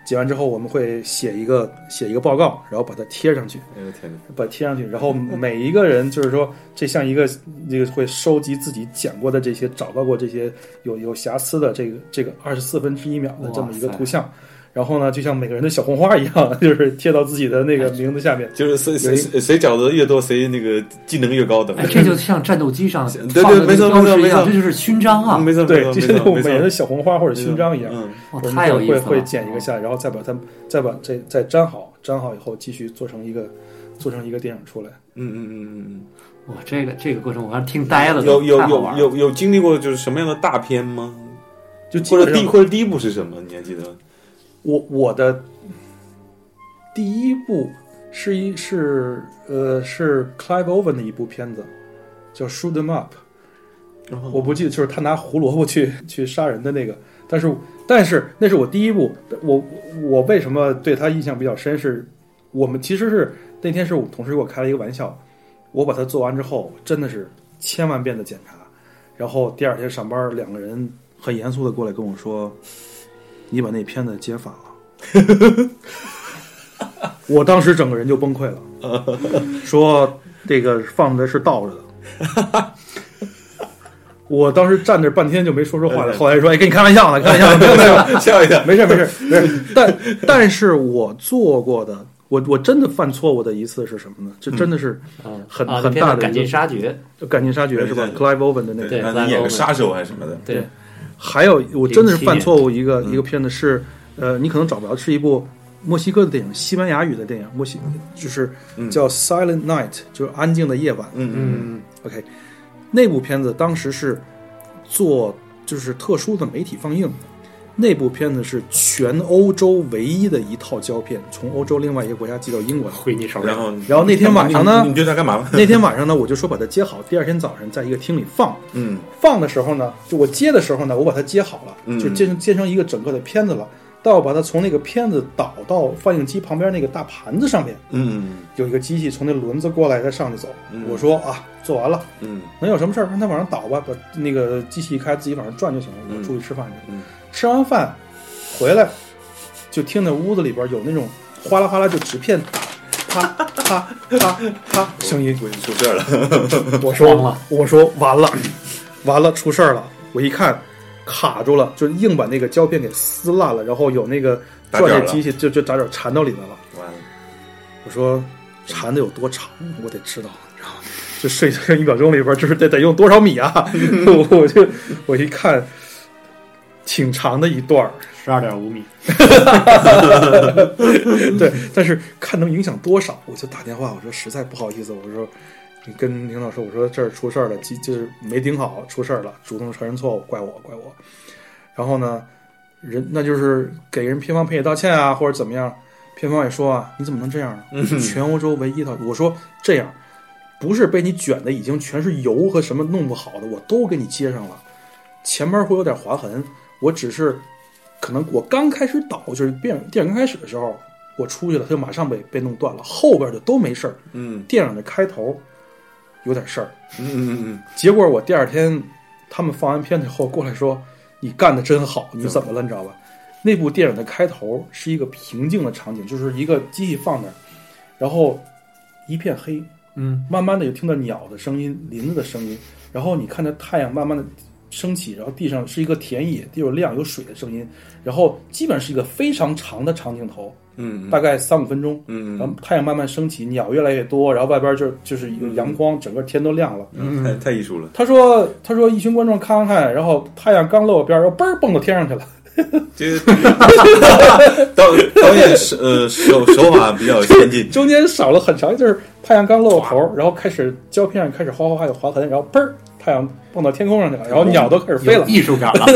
剪完之后，我们会写一个写一个报告，然后把它贴上去，哎呦天哪，把它贴上去。然后每一个人就是说，这像一个这个会收集自己剪过的这些、找到过这些有有瑕疵的这个这个二十四分之一秒的这么一个哇塞图像。然后呢，就像每个人的小红花一样， 就是贴到自己的那个名字下面。就是谁有谁一谁谁找的越多，谁那个技能越高等。哎，这就像战斗机上对对放的那没个标错没错识一没样，错这就是勋章啊！没错，没 对错，，没就像错，我没们错每人的小红花或者勋章一样。嗯，哇，我们哦太有意思会了！哦会剪一个下来，然后再把它再把这再粘好，粘好以后继续做成一个做成一个电影出来。嗯嗯嗯哇，这个这个过程我还是听呆了嗯，都，有有太好玩有了有有经历过就是什么样的大片吗？就基或者本第上或者第一部是什么？你还记得？我我的第一部是一是呃是 Clive Owen 的一部片子，叫《Shoot 'Em Up》，然后我不记得，就是他拿胡萝卜去去杀人的那个。但是但是那是我第一部，我我为什么对他印象比较深是，我们其实是那天是我们同事给我开了一个玩笑，我把它做完之后真的是千万遍的检查，然后第二天上班两个人很严肃的过来跟我说，你把那片子接反了，我当时整个人就崩溃了，说这个放的是倒着的。我当时站那半天就没说出话来，后来说：“哎，跟你开玩笑呢，开玩笑呢，没有没有，吓我一跳， 没事没事，没事。但但是我做过的，我我真的犯错误的一次是什么呢？这真的是嗯，很啊，很片大子的赶一个尽杀绝，赶尽杀绝是吧嗯对对？Clive Owen 的对，那个，对让你演个杀手还是什么的，对，还有我真的是犯07错误一个嗯一个片子是，呃，你可能找不着，是一部墨西哥的电影，西班牙语的电影，墨西就是嗯叫《Silent Night》，就是安静的夜晚。嗯嗯嗯 OK，那部片子当时是做就是特殊的媒体放映，那部片子是全欧洲唯一的一套胶片，从欧洲另外一个国家寄到英国来。回你手嗯，里然。后然后那天晚上呢你你对他干嘛吗？那天晚上呢，我就说把它接好，第二天早上在一个厅里放。嗯放的时候呢，就我接的时候呢，我把它接好了，嗯就接成接成一个整个的片子了。但我把它从那个片子导到放映机旁边那个大盘子上面，嗯有一个机器从那轮子过来，再上去走。嗯我说啊，做完了，嗯能有什么事儿？让它往上倒吧，把那个机器一开，自己往上转就行了。嗯我出去吃饭去。嗯吃完饭回来，就听那屋子里边有那种哗啦哗啦就纸片打啪 啪啪啪声音。我已经出事儿了，我慌说了我说完了，完了出事儿了。我一看卡住了，就是硬把那个胶片给撕烂了，然后有那个打转点儿那了机器就就打点儿缠到里面了。完了，我说缠的有多长，我得知道，你知道吗？这睡这一秒钟里边，就是得得用多少米啊？ 我我就我一看，挺长的一段儿，十二点五米， 对，但是看能影响多少，我就打电话，我说实在不好意思，我说跟领导说，我说这儿出事儿了，机就是没盯好，出事儿了，主动承认错误，怪我，怪我。然后呢，人那就是给人片方赔礼道歉啊，或者怎么样，片方也说啊，你怎么能这样呢？全欧洲唯一一套，我说这样。不是被你卷的已经全是油和什么弄不好的，我都给你接上了，前面会有点划痕，我只是可能我刚开始导就是电影电影刚开始的时候，我出去了，它就马上被被弄断了，后边就都没事儿。嗯电影的开头有点事儿，嗯嗯结果我第二天他们放完片子以后过来说：“你干的真好，你怎么了？”你知道吧？那部电影的开头是一个平静的场景，就是一个机器放那儿，然后一片黑，嗯，慢慢的就听到鸟的声音、林子的声音，然后你看着太阳慢慢的升起，然后地上是一个田野，地有亮有水的声音，然后基本是一个非常长的长镜头，嗯大概三五分钟，嗯然后太阳慢慢升起，鸟越来越多，然后外边就就是有阳光，整个天都亮了。嗯，太太艺术了，他说：“他说一群观众看看看，然后太阳刚露边，然后嘣儿蹦到天上去 了。这导导演是呃手手法比较先进，中间少了很长一阵儿，太阳刚露头，然后开始胶片上开始哗哗哗有划痕，然后嘣儿太阳蹦到天空上去了，然后鸟都开始飞有了。艺术感 了，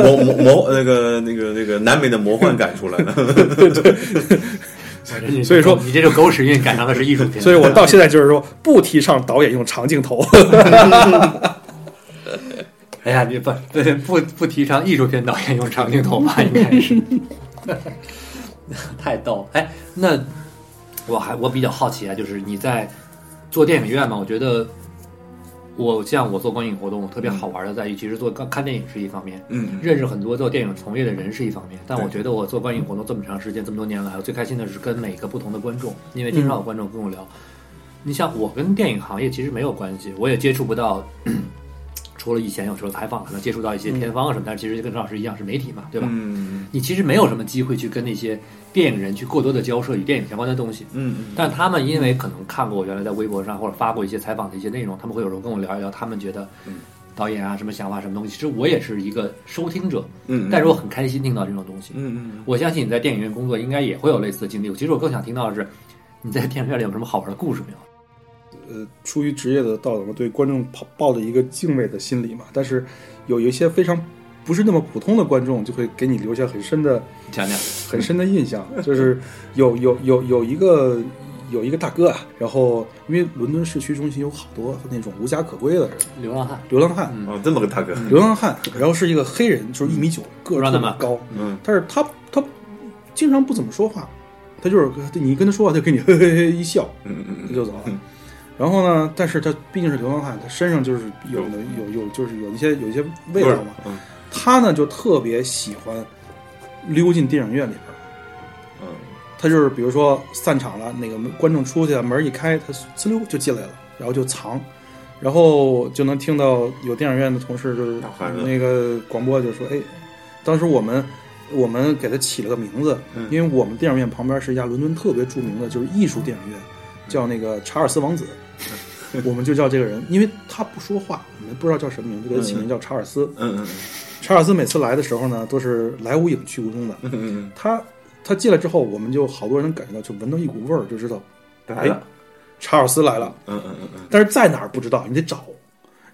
魔魔魔那个那个那个南美的魔幻感出来了，所以说你这种狗屎运赶上的是艺术品，所以我到现在就是说，不提倡导演用长镜头。哎呀，你不不不不提倡艺术片导演用长镜头吧？应该是，太逗了。哎，那我还我比较好奇啊，就是你在做电影院嘛？我觉得我像我做观影活动，我特别好玩的在于，其实做看看电影是一方面，嗯认识很多做电影从业的人是一方面，但对我觉得我做观影活动这么长时间，这么多年来，我最开心的是跟每个不同的观众，因为经嗯常有观众跟我聊。你像我跟电影行业其实没有关系，我也接触不到， 除了以前有时候采访可能接触到一些片方啊什么，但是其实跟郑老师一样是媒体嘛，对吧？嗯你其实没有什么机会去跟那些电影人去过多的交涉与电影相关的东西。嗯但他们因为可能看过我原来在微博上或者发过一些采访的一些内容，他们会有时候跟我聊一聊他们觉得嗯导演啊什么想法什么东西。其实我也是一个收听者，嗯，但是我很开心听到这种东西。嗯我相信你在电影院工作应该也会有类似的经历。其实我更想听到的是，你在电影院里有什么好玩的故事没有？ 呃，出于职业的道德，我对观众抱抱着一个敬畏的心理嘛。但是有一些非常不是那么普通的观众，就会给你留下很深的讲讲，很深的印象，就是有有有有一个有一个大哥啊，然后因为伦敦市区中心有好多那种无家可归的人，流浪汉，流浪汉，哦，这么个大哥，流浪汉，然后是一个黑人，就是一米九，个儿特别高，嗯，但是他他经常不怎么说话，他就是你跟他说话，他跟你 嘿嘿嘿一笑，嗯嗯他嗯，就走了。然后呢？但是他毕竟是流浪汉，他身上就是有的有有就是有一些有一些味道嘛。嗯他呢就特别喜欢溜进电影院里边儿，嗯，他就是比如说散场了，哪个观众出去了，门一开，他呲溜就进来了，然后就藏，然后就能听到有电影院的同事就是大喊着那个广播就说：“哎，当时我们我们给他起了个名字，嗯因为我们电影院旁边是一家伦敦特别著名的就是艺术电影院，叫那个查尔斯王子。”我们就叫这个人，因为他不说话，我们不知道叫什么名字，就给他起名叫查尔斯。嗯嗯查尔斯每次来的时候呢，都是来无影去无踪的，嗯嗯，他他进来之后，我们就好多人能感觉到，就闻到一股味儿，就知道哎来了，查尔斯来了。哎嗯嗯嗯嗯，但是在哪儿不知道，你得找，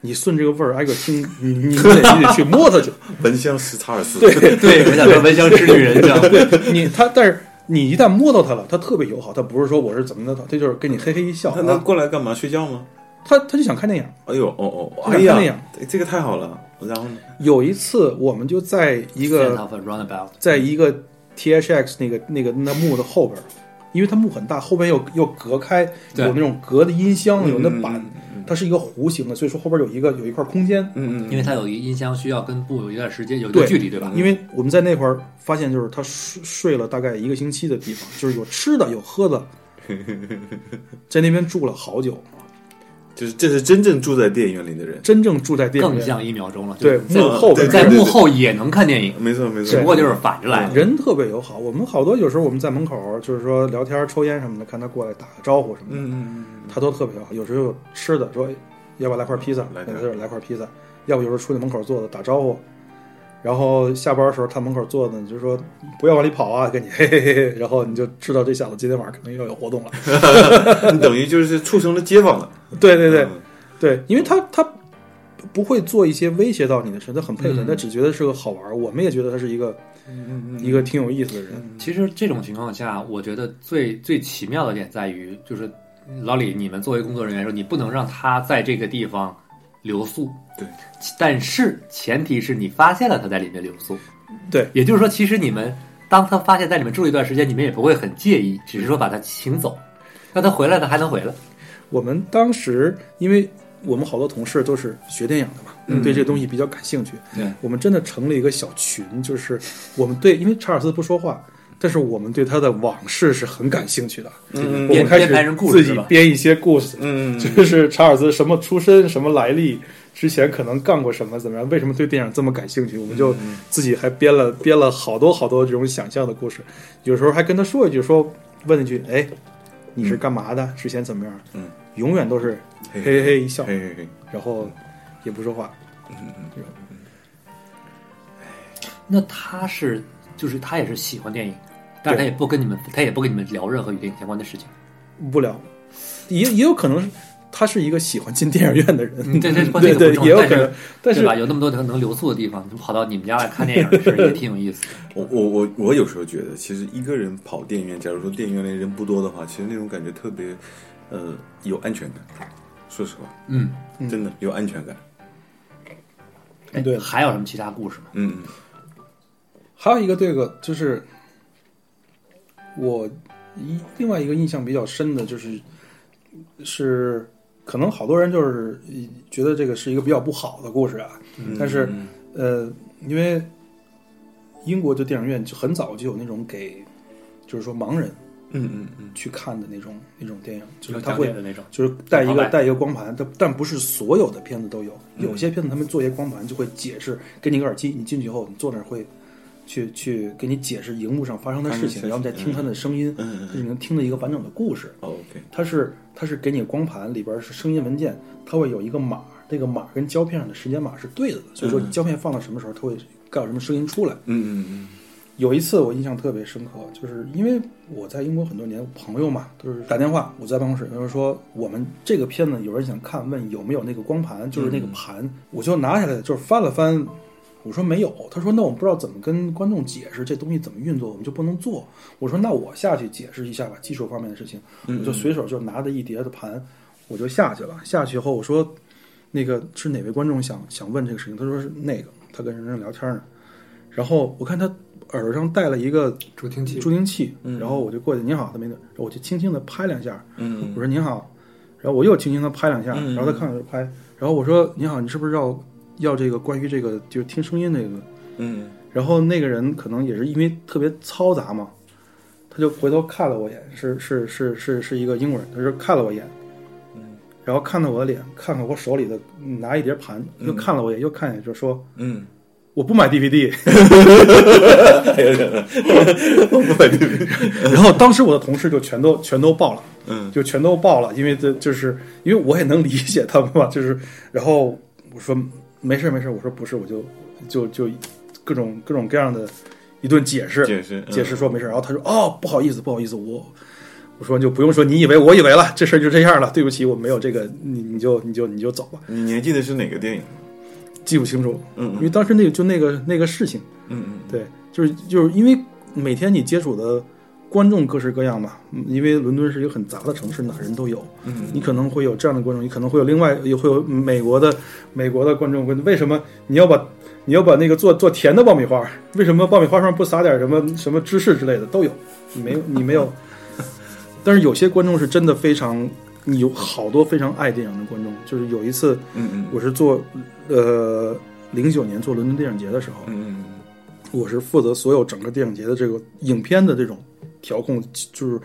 你顺这个味儿挨个听，你你你得你得去摸它去。闻香识查尔斯，对， 对，我想说闻香识女人这 样，你他，但是你一旦摸到它了，它特别友好，它不是说我是怎么的，它就是跟你嘿嘿一笑他能啊，过来干嘛？睡觉吗？他他就想看电影。哎呦，哦哦，就哎像那呀样，这个太好了。然后呢？有一次，我们就在一个 Set of a runabout，在一个 THX 那个那个那幕的后边儿，因为它幕很大，后边又又隔开，对有那种隔的音箱，有那板，嗯它是一个弧形的，所以说后边有一个有一块空间。嗯嗯，因为它有一音箱需要跟布有一段时间有一对段距离，对吧？因为我们在那会儿发现，就是他睡睡了大概一个星期的地方，就是有吃的有喝 的，在那边住了好久，就是这是真正住在电影院里的人，真正住在电影更院，像一秒钟了，对就幕后对边在幕后也能看电影，没错没错，只不过就是反着来。人特别友好。我们好多有时候我们在门口就是说聊天抽烟什么的，看他过来打个招呼什么的，嗯嗯他都特别好。有时候有吃的说，哎要不要来块披萨？来那点他就来块披萨。要不有时候出去门口坐着打招呼，然后下班的时候看门口坐着，你就说不要往里跑啊，跟你 嘿嘿嘿嘿，然后你就知道这小子今天晚上肯定要有活动了。嗯，你等于就是促成了街坊了。对对嗯对对，因为他他不会做一些威胁到你的事，他很配合，嗯他只觉得是个好玩儿。我们也觉得他是一个嗯，嗯一个挺有意思的人。其实这种情况下，我觉得最最奇妙的点在于，就是老李，你们作为工作人员说，你不能让他在这个地方留宿。对，但是前提是你发现了他在里面留宿。对，也就是说，其实你们当他发现在里面住一段时间，你们也不会很介意，只是说把他请走。那他回来，他还能回来。我们当时因为我们好多同事都是学电影的嘛，嗯对这个东西比较感兴趣，对我们真的成了一个小群，就是我们对，因为查尔斯不说话。但是我们对他的往事是很感兴趣的，嗯我们编开始编排成故事自己是吧编一些故事，嗯嗯就是查尔斯什么出身、什么来历，之前可能干过什么，怎么样？为什么对电影这么感兴趣？我们就嗯自己还编了编了好多好多这种想象的故事，有时候还跟他说一句，说问一句，哎，你是干嘛的？之前怎么样？嗯，永远都是嘿嘿嘿嘿一笑，嘿嘿嘿，然后也不说话。那他是就是他也是喜欢电影，但是他也不跟你们，他也不跟你们聊任何与电影相关的事情。不聊，也也有可能他是一个喜欢进电影院的人，嗯 对对关对键对不重也有但可是能，但对吧？有那么多能能留宿的地方，就跑到你们家来看电影，是也挺有意思的。我我我我有时候觉得，其实一个人跑电影院，假如说电影院里人不多的话，其实那种感觉特别，呃，有安全感。说实话，嗯，真的有安全感。哎对还有什么其他故事吗？嗯还有一个这个就是我一另外一个印象比较深的就是是可能好多人就是一觉得这个是一个比较不好的故事啊，嗯，但是嗯呃，因为英国的电影院就很早就有那种给就是说盲人嗯嗯去看的那种那种电影，就有是他讲会解的那种，就是带一好个吧带一个光盘，但但不是所有的片子都有，嗯有些片子他们做一些光盘就会解释，给你个耳机，你进去以后，你坐那儿会去去给你解释荧幕上发生的事情，发生的事情然后你再听他的声音，嗯嗯就是你能听到一个完整的故事。哦，OK，它是它是给你光盘里边是声音文件，它会有一个码，这个码跟胶片上的时间码是对的，所以说你胶片放到什么时候，它会干有什么声音出来。嗯嗯有一次我印象特别深刻，就是因为我在英国很多年，朋友嘛，就是打电话，我在办公室，有人说我们这个片子有人想看，问有没有那个光盘，就是那个盘，我就拿下来，就是翻了翻我说没有，他说那我们不知道怎么跟观众解释这东西怎么运作，我们就不能做。我说那我下去解释一下吧，技术方面的事情，我就随手就拿着一叠的盘，我就下去了。下去后我说，那个是哪位观众想想问这个事情？他说是那个，他跟人正聊天呢。然后我看他耳朵上戴了一个助听器助听器，然后我就过去，您好，他没得，我就轻轻的拍两下，嗯我说您好，然后我又轻轻的拍两下，嗯然后他看我就拍，然后我说您好，你是不是要要这个关于这个就是听声音那个？嗯然后那个人可能也是因为特别嘈杂嘛，他就回头看了我一眼，是是是是是一个英国人，他就看了我一眼，嗯然后看到我的脸，看看我手里的拿一叠盘，嗯又看了我一眼，又看一眼，就说嗯， 我不买 DVD。不会， 然后当时我的同事就全都全都爆了。嗯就全都爆了，因为这就是因为我也能理解他们吧，就是然后我说没事儿没事儿，我说不是，我就就就各种各种各样的一顿解释解释嗯解释说没事儿，然后他说哦不好意思不好意思我。我说你就不用说，你以为我以为了，这事儿就这样了。对不起，我没有这个，你你就你就你就走吧，你年纪的是哪个电影？记不清楚了，嗯因为嗯当时那个就那个那个事情，嗯嗯，对，就是就是因为每天你接触的观众各式各样嘛，嗯因为伦敦是一个很杂的城市，哪人都有，嗯你可能会有这样的观众，你可能会有另外也会有美国的美国的观众问，为什么你要把你要把那个做做甜的爆米花，为什么爆米花上不撒点什么什么芝士之类的都有，你没有你没有，但是有些观众是真的非常，你有好多非常爱电影的观众，就是有一次嗯嗯我是做呃零九年做伦敦电影节的时候，嗯我是负责所有整个电影节的这个影片的这种调控，就是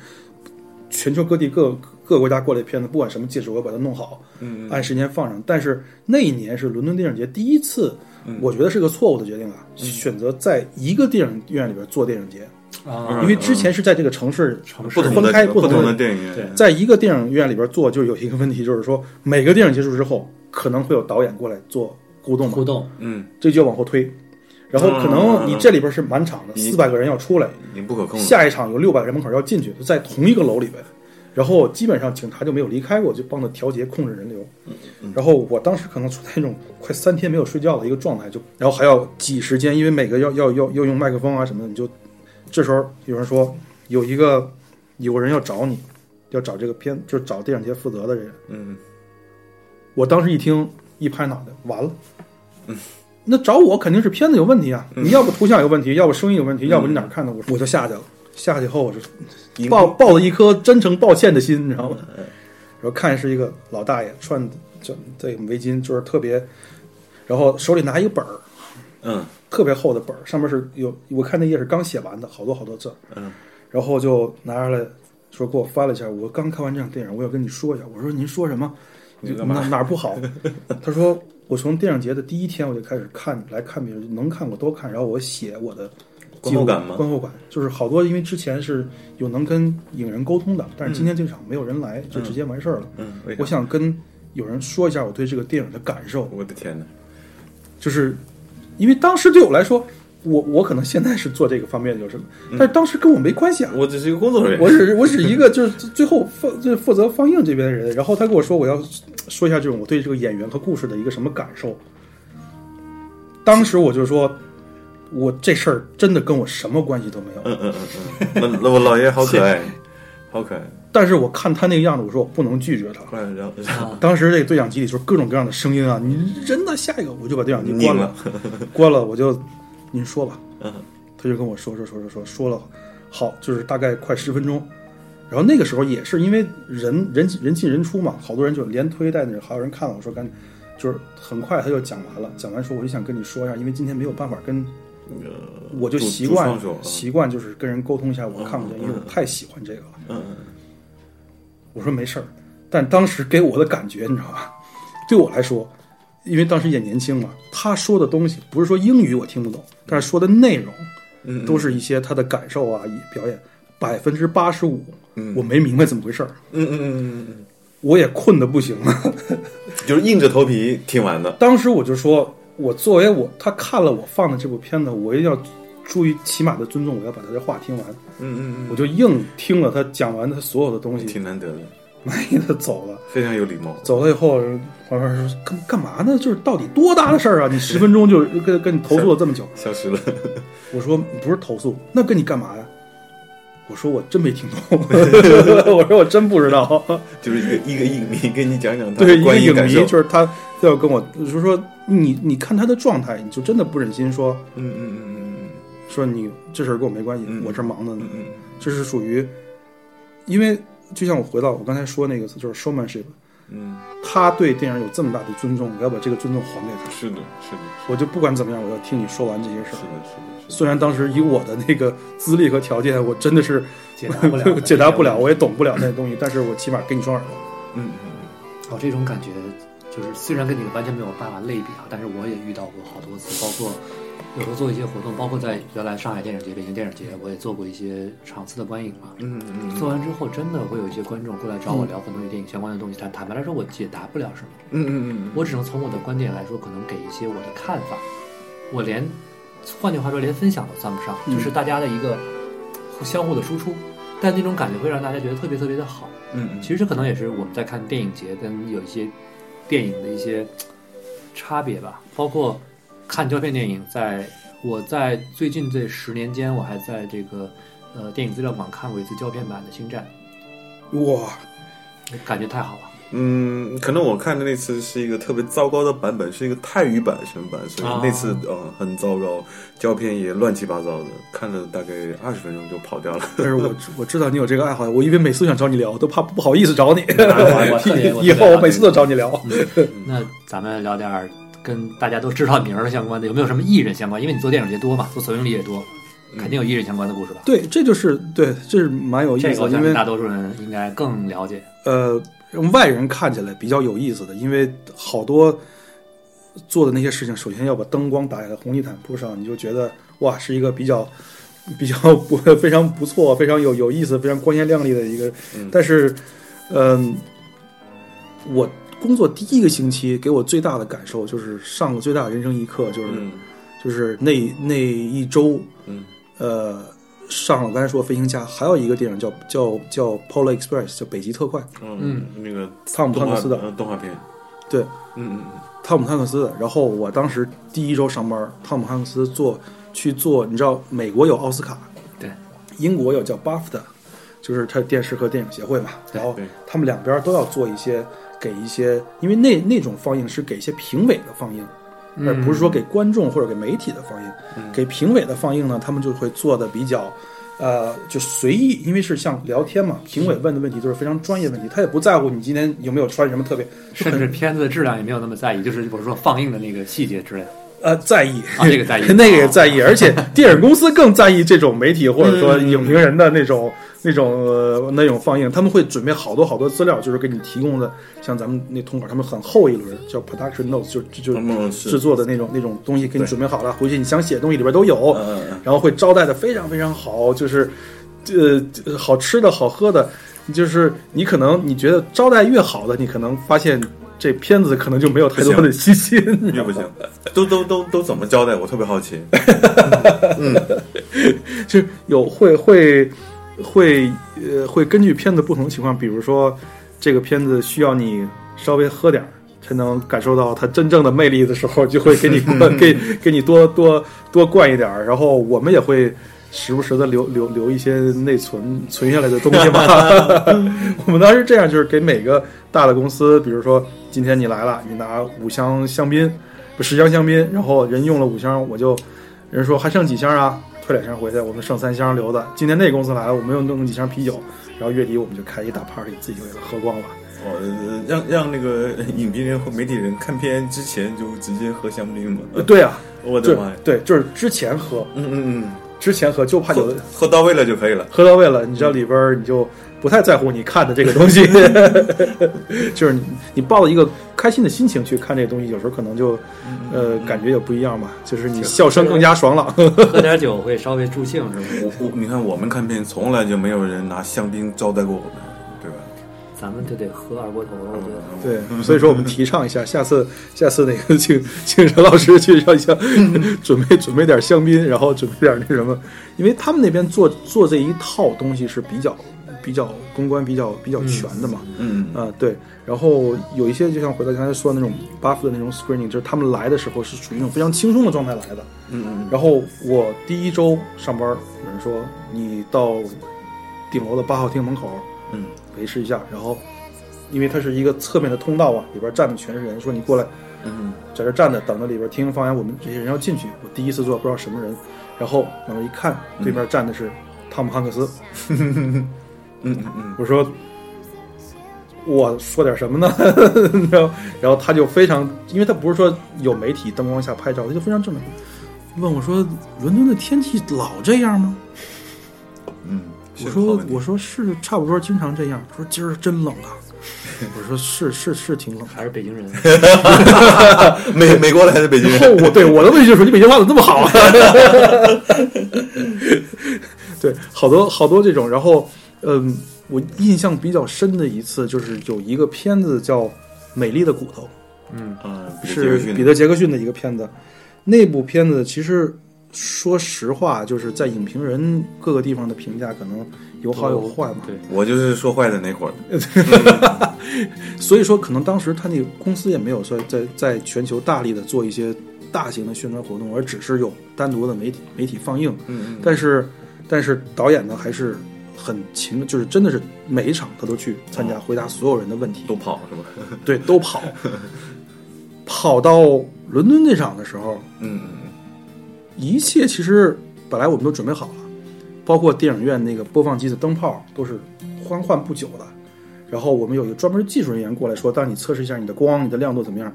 全球各地各各国家过来片子，不管什么介质，我要把它弄好，嗯按时间放上。但是那一年是伦敦电影节第一次，我觉得是个错误的决定啊，嗯选择在一个电影院里边做电影节，啊嗯因为之前是在这个城市城市不同分的开不同同的电影院，在一个电影院里边做，就有一个问题，就是说每个电影结束之后，可能会有导演过来做互动嘛，互动，嗯，这就要往后推。然后可能你这里边是满场的，嗯四百个人要出来，已经不可啊控了。下一场有六百人门口要进去，就在同一个楼里边。然后基本上警察就没有离开过，就帮他调节控制人流。嗯然后我当时可能处在一种快三天没有睡觉的一个状态，就然后还要挤时间，因为每个要要要要用麦克风啊什么的，你就这时候有人说有一个有个人要找你，要找这个片，就是找电影节负责的人。嗯我当时一听一拍脑袋，完了。那找我肯定是片子有问题啊！你要不图像有问题，要不声音有问题，要不你哪儿看的？我我就下去了。下去后我是荧抱抱着一颗真诚抱歉的心，你知道吗？然后看是一个老大爷穿这这个围巾，就是特别，然后手里拿一个本儿，嗯特别厚的本儿，上面是有我看那页是刚写完的，好多好多字儿。嗯然后就拿出来说给我翻了一下，我刚看完这场电影，我要跟你说一下。我说您说什么？你干嘛哪哪儿不好？他说我从电影节的第一天我就开始看来看别人能看我都看，然后我写我的观后感吗观后感就是好多因为之前是有能跟影人沟通的，但是今天这场没有人来，就直接完事儿了。嗯，为啥我想跟有人说一下我对这个电影的感受，我的天哪，就是因为当时对我来说，我我可能现在是做这个方面有什么，嗯但是当时跟我没关系啊。我只是一个工作人员， 我只是我只是一个就是最后负就是负责放映这边的人，然后他跟我说我要说一下这种我对这个演员和故事的一个什么感受。当时我就说，我这事儿真的跟我什么关系都没有。嗯嗯嗯嗯，那那我姥爷好可爱， 好可爱，但是我看他那个样子，我说我不能拒绝他。快然后然后当时这个对讲机里就是各种各样的声音啊，你人呢？下一个我就把对讲机关了， 关了我就您说吧，嗯他就跟我说说说说说说了，好，就是大概快十分钟。然后那个时候也是因为人人人进人出嘛，好多人就连推带那，还有人看了我说赶紧，就是很快他就讲完了。讲完说我就想跟你说一下，因为今天没有办法跟，我就主习惯主创啊说习惯就是跟人沟通一下我看不见，因为我太喜欢这个了。嗯我说没事儿，但当时给我的感觉，你知道吧？对我来说，因为当时也年轻嘛，他说的东西不是说英语我听不懂，但是说的内容嗯都是一些他的感受啊、表演，百分之八十五，我没明白怎么回事儿，嗯嗯嗯嗯我也困得不行了。 嗯，就是硬着头皮听完的，当时我就说，我作为我他看了我放的这部片子，我一定要注意起码的尊重，我要把他的话听完。嗯嗯我就硬听了他讲完他所有的东嗯，西， 挺难得的，满意的走了。非常有礼貌。走了以后，旁边说干干嘛呢？就是到底多大的事儿啊？你十分钟就跟跟你投诉了这么久。消失了， 我说不是投诉，那跟你干嘛呀？我说我真没听懂， 我说我真不知道。就是一个一个影迷跟你讲讲他对，的一个观影影感迷受。就是他要跟我，就是说你你看他的状态，你就真的不忍心说嗯嗯嗯嗯说你这事儿跟我没关系，嗯我这儿忙着呢。嗯嗯嗯，这是属于，因为就像我回到我刚才说那个词，就是 showmanship，嗯，他对电影有这么大的尊重，我要把这个尊重还给他。是的，是的，我就不管怎么样，我要听你说完这些事是的，儿。是的，是的。虽然当时以我的那个资历和条件，我真的是解答不 了嗯，解答不了，我也也懂不了那些东西，但是我起码跟你双耳朵。嗯嗯哦，这种感觉就是虽然跟你完全没有办法类比啊，但是我也遇到过好多次，包括有时候做一些活动，包括在原来上海电影节、北京电影节，我也做过一些场次的观影嘛。嗯嗯做完之后，真的会有一些观众过来找我聊很多与电影相关的东西，但坦白来说，我解答不了什么。嗯嗯嗯，我只能从我的观点来说，可能给一些我的看法。我连，换句话说，连分享都算不上，嗯就是大家的一个相互的输出。但那种感觉会让大家觉得特别特别的好。嗯嗯，其实这可能也是我们在看电影节跟有一些电影的一些嘖差别吧。包括看胶片电影在，我在最近这十年间，我还在这个呃电影资料馆看过一次胶片版的《星战哇，》，感觉太好了。嗯，可能我看的那次是一个特别糟糕的版本，是一个泰语版什么版，所以啊那次呃很糟糕，胶片也乱七八糟的，看了大概二十分钟就跑掉了。但是我知我知道你有这个爱好，我因为每次想找你聊，我都怕不好意思找你。我我特别我特别 以后我好每次都找你聊。那咱们聊点儿跟大家都知道名儿的相关的，有没有什么艺人相关？因为你做电影节多嘛，做首映礼也多，肯定有艺人相关的故事吧？对，这就是对，这是蛮有意这思个我的，相因信为大多数人应该更了解。呃，让外人看起来比较有意思的，因为好多做的那些事情，首先要把灯光打在红地毯铺上，你就觉得哇，是一个比较 比较不非常不错、非常有有意思、非常光鲜亮丽的一个。嗯但是，嗯、我工作第一个星期给我最大的感受就是上了最大的人生一课，就是、嗯就是那那一周，嗯呃。上了我刚才说《飞行家》，还有一个电影叫叫叫《Polar Express》，叫《北极特快》。嗯，那个汤姆动汉画克斯的，呃动画片，对，嗯嗯汤姆汉克斯的。然后我当时第一周上班，汤姆汉克斯做去做，你知道美国有奥斯卡，对，英国有叫 BAFTA，就是它电视和电影协会嘛。对然后对他们两边都要做一些给一些，因为那那种放映是给一些评委的放映，而不是说给观众或者给媒体的放映。给评委的放映呢，他们就会做的比较。呃，就随意，因为是像聊天嘛，评委问的问题都是非常专业问题，他也不在乎你今天有没有穿什么特别，甚 至片子的质量也没有那么在意，就是我说放映的那个细节之类的。呃，在意啊这个在意那个也在意，而且电影公司更在意这种媒体或者说影评人的那种、那种、呃、那种放映，他们会准备好多好多资料，就是给你提供的，像咱们那通稿，他们很厚一轮叫 production notes，就就就嗯嗯制是，作的那种那种东西给你对准备好了，回去你想写的东西里边都有，嗯嗯嗯然后会招待的非常非常好，就是，呃，好吃的好喝的，就是你可能你觉得招待越好的，你可能发现这片子可能就没有太多的吸心，你知越道不吗行，都都都都怎么交代？我特别好奇。就是有会会会呃会根据片子不同的情况，比如说这个片子需要你稍微喝点儿。才能感受到它真正的魅力的时候，就会给你灌，给给你多多多灌一点儿。然后我们也会时不时的留留留一些内存存下来的东西嘛。我们当时这样，就是给每个大的公司，比如说今天你来了，你拿五箱香槟，不十箱香槟，然后人用了五箱，我就人说还剩几箱啊？退两箱回去，我们剩三箱留的。今天那公司来了，我们又弄了几箱啤酒，然后月底我们就开一大 party，自己就给它喝光了。哦，呃让让那个影评人或媒体人看片之前就直接喝香槟吗？呃对啊，我的就妈呀！对，就是之前喝，嗯嗯嗯，之前喝就怕有喝的喝到位了就可以了。喝到位了，你知道里边儿你就不太在乎你看的这个 东西，就是你你抱着一个开心的心情去看这个东西，有时候可能就嗯呃感觉也不一样吧，就是你笑声更加爽朗。 喝点酒会稍微助兴是吗？我 我你看，我们看片从来就没有人拿香槟招待过我们，对吧？咱们就得喝二锅头，我觉得。对，所以说我们提倡 一下，下次下次那个请请陈老师去让香，嗯 准备准备点香槟，然后准备点那什么，因为他们那边做做这一套东西是比较比较公关比较比较全的嘛，嗯啊、对，然后有一些就像回到刚才说的那种 buff 的那种 screening，就是他们来的时候是属于那种非常轻松的状态来的。嗯然后我第一周上班，有人说你到顶楼的八号厅门口嗯维持一下，然后因为它是一个侧面的通道啊，里边站的全是人，说你过来嗯在这站着等着里边听方言，我们这些人要进去。我第一次做，不知道什么人，然后往那一看，对面站的是汤姆汉克斯，嗯嗯我说我说点什么呢？ 然后然后他就非常，因为他不是说有媒体灯光下拍照，他就非常正常问我说：“伦敦的天气老这样吗？”嗯，我说我说是差不多，经常这样。说今儿真冷啊。 我说是是是挺冷的。还是北京 人，美美国来的北京然人，后我对我的问题就是你北京话怎么这么好啊？ 对，好多好多这种。然后，嗯，我印象比较深的一次就是有一个片子叫《美丽的骨头嗯，嗯，》，是彼得杰克逊的一个片子。那部片子其实说实话，就是在影评人各个地方的评价可能有好有坏嘛。对，我就是说坏的那会儿，所以说，可能当时他那个公司也没有说在在全球大力的做一些大型的宣传活动，而只是有单独的媒体媒体放映。嗯但是，但是导演呢还是很勤，就是真的是每一场他都去参加，回答所有人的问题，都跑是吧？对都跑，跑到伦敦那场的时候，嗯嗯一切其实本来我们都准备好了，包括电影院那个播放机的灯泡都是刚换不久的。然后我们有一个专门技术人员过来说，当你测试一下你的光、你的亮度怎么样。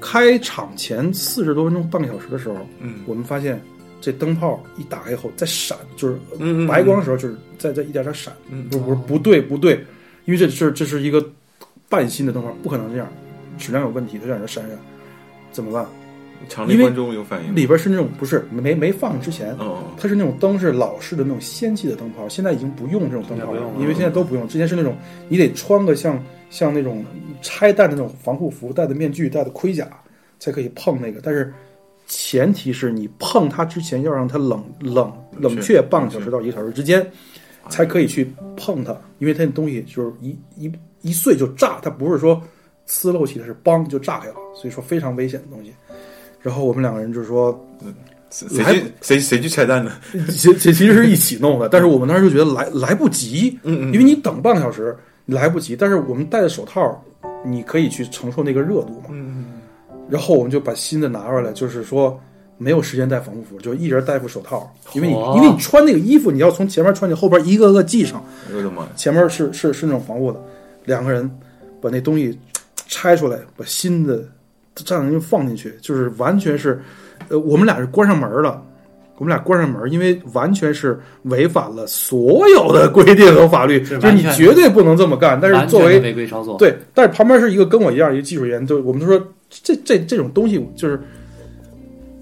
开场前四十多分钟、半个小时的时候，嗯我们发现这灯泡一打开以后在闪，就是嗯嗯嗯白光的时候就是在在一点点闪。嗯不是不是不对不对，因为这是这是一个半新的灯泡，不可能这样，质量有问题，它让人闪闪，怎么办？嗯，场内观众有反应，里边是那种不是没没放之前，哦它是那种灯是老式的那种仙气的灯泡，现在已经不用这种灯现在泡不用了因为现在都不用。之前是那种你得穿个像像那种拆弹的那种防护服，戴的面具，戴的盔甲才可以碰那个。但是前提是你碰它之前要让它冷冷冷冷却却半个小时到一个小时之间，才可以去碰它，因为它那东西就是一一一碎就炸，它不是说呲漏气，它是梆就炸开了，所以说非常危险的东西。然后我们两个人就说。谁去谁谁去拆弹呢？其其其实是一起弄的，但是我们当时就觉得来来不及，嗯因为你等半个小时你来不及，但是我们戴着手套，你可以去承受那个热度嘛。嗯然后我们就把新的拿出来，就是说没有时间戴防护服，就一人戴副手套，因为你哦因为你穿那个衣服，你要从前面穿起，后边一个个系上，嗯，我的妈呀！前面是是是那种防护的，两个人把那东西拆出来，把新的战斗机放进去，就是完全是，呃，我们俩是关上门了，我们俩关上门，因为完全是违反了所有的规定和法律，是就是你完全绝对不能这么干。但是完作全的为违规操作，对，但是旁边是一个跟我一样一个技术员，就我们都说这这这种东西就是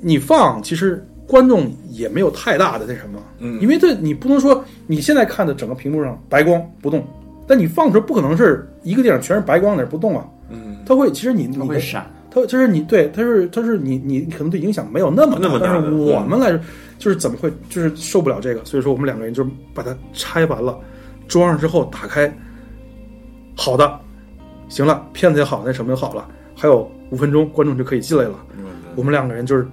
你放，其实观众也没有太大的那什么，嗯因为这你不能说你现在看的整个屏幕上白光不动，但你放的时候不可能是一个电影全是白光在那儿不动啊，嗯，它会其实你你它的会闪，它就是你对，它是它是你你可能对影响没有那么那么大但的是我们来说就是怎么会就是受不了这个，所以说我们两个人就把它拆完了，装上之后打开，好的，行了，片子也好，那什么也好了，还有五分钟观众就可以进来了。嗯我们两个人就是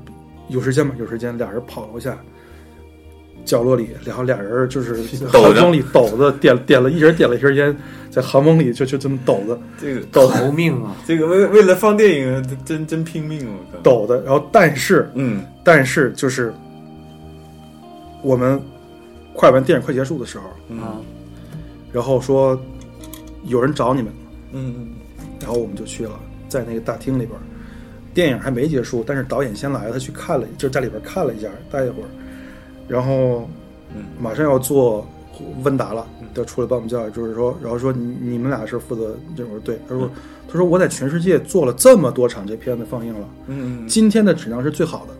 有时间嘛，有时间俩人跑楼下。角落里，然后俩人就是抖寒着风里抖着，点点了一人点了一根烟，在寒风里就就这么抖着，这个抖逃命啊！这个为为了放电影，真真拼命，我靠！抖的。然后但是嗯但是就是我们快完电影快结束的时候，啊，然后说有人找你们，嗯然后我们就去了，在那个大厅里边儿，电影还没结束，但是导演先来了，他去看了，就在里边看了一下，待一会儿，然后嗯马上要做问答了，就出来把我们叫来，就是说，然后说你你们俩是负责这种对，他说他说我在全世界做了这么多场这片子放映了。嗯嗯，今天的质量是最好的，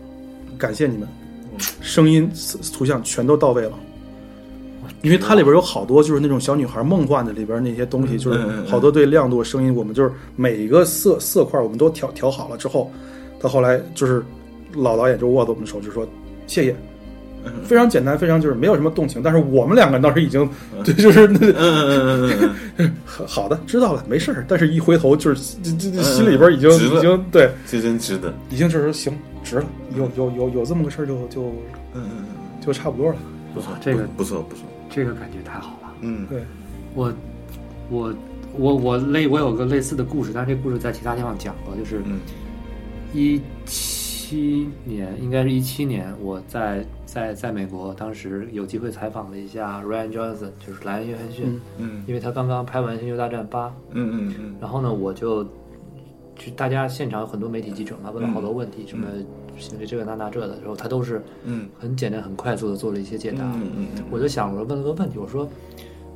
感谢你们，声音、图像全都到位了。因为它里边有好多就是那种小女孩梦幻的里边那些东西，就是嗯嗯好多对亮度、声音，我们就是每一个色色块我们都调调好了之后，他后来就是老导演就握着我们的手就说谢谢，嗯非常简单，非常就是没有什么动情，但是我们两个人当时已经， 对，就是嗯嗯嗯 嗯好好的知道了，没事儿。但是一回头就是这这这嗯心里边已经值了已经对，嗯，这真值得。已经就是行值了，有有有有这么个事儿就就嗯嗯嗯，就差不多了。不错哇，这个不不错不错。这个感觉太好了。嗯对，我我我我类我有个类似的故事，但是这故事在其他地方讲过，就是嗯一七年，应该是一七年，我在在在美国，当时有机会采访了一下 Ryan Johnson，就是莱恩约翰逊，嗯嗯因为他刚刚拍完《星球大战八》，嗯嗯然后呢，我就就大家现场有很多媒体记者嘛，问了好多问题，什么行为这个那那这的，然后他都是嗯很简单、很快速的做了一些解答。嗯嗯嗯，我就想，我说问了个问题，我说，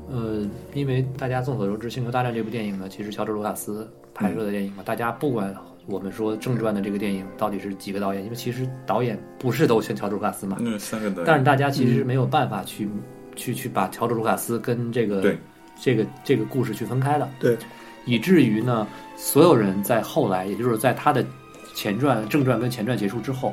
呃，因为大家众所周知，《星球大战》这部电影呢，其实乔治·卢卡斯拍摄的电影嘛，大家不管我们说正传的这个电影到底是几个导演，因为其实导演不是都选乔治·卢卡斯嘛，那三个的，但是大家其实没有办法去、去去把乔治·卢卡斯跟这个对这个这个故事去分开了，对，以至于呢，所有人在后来，也就是在他的前传、正传跟前传结束之后，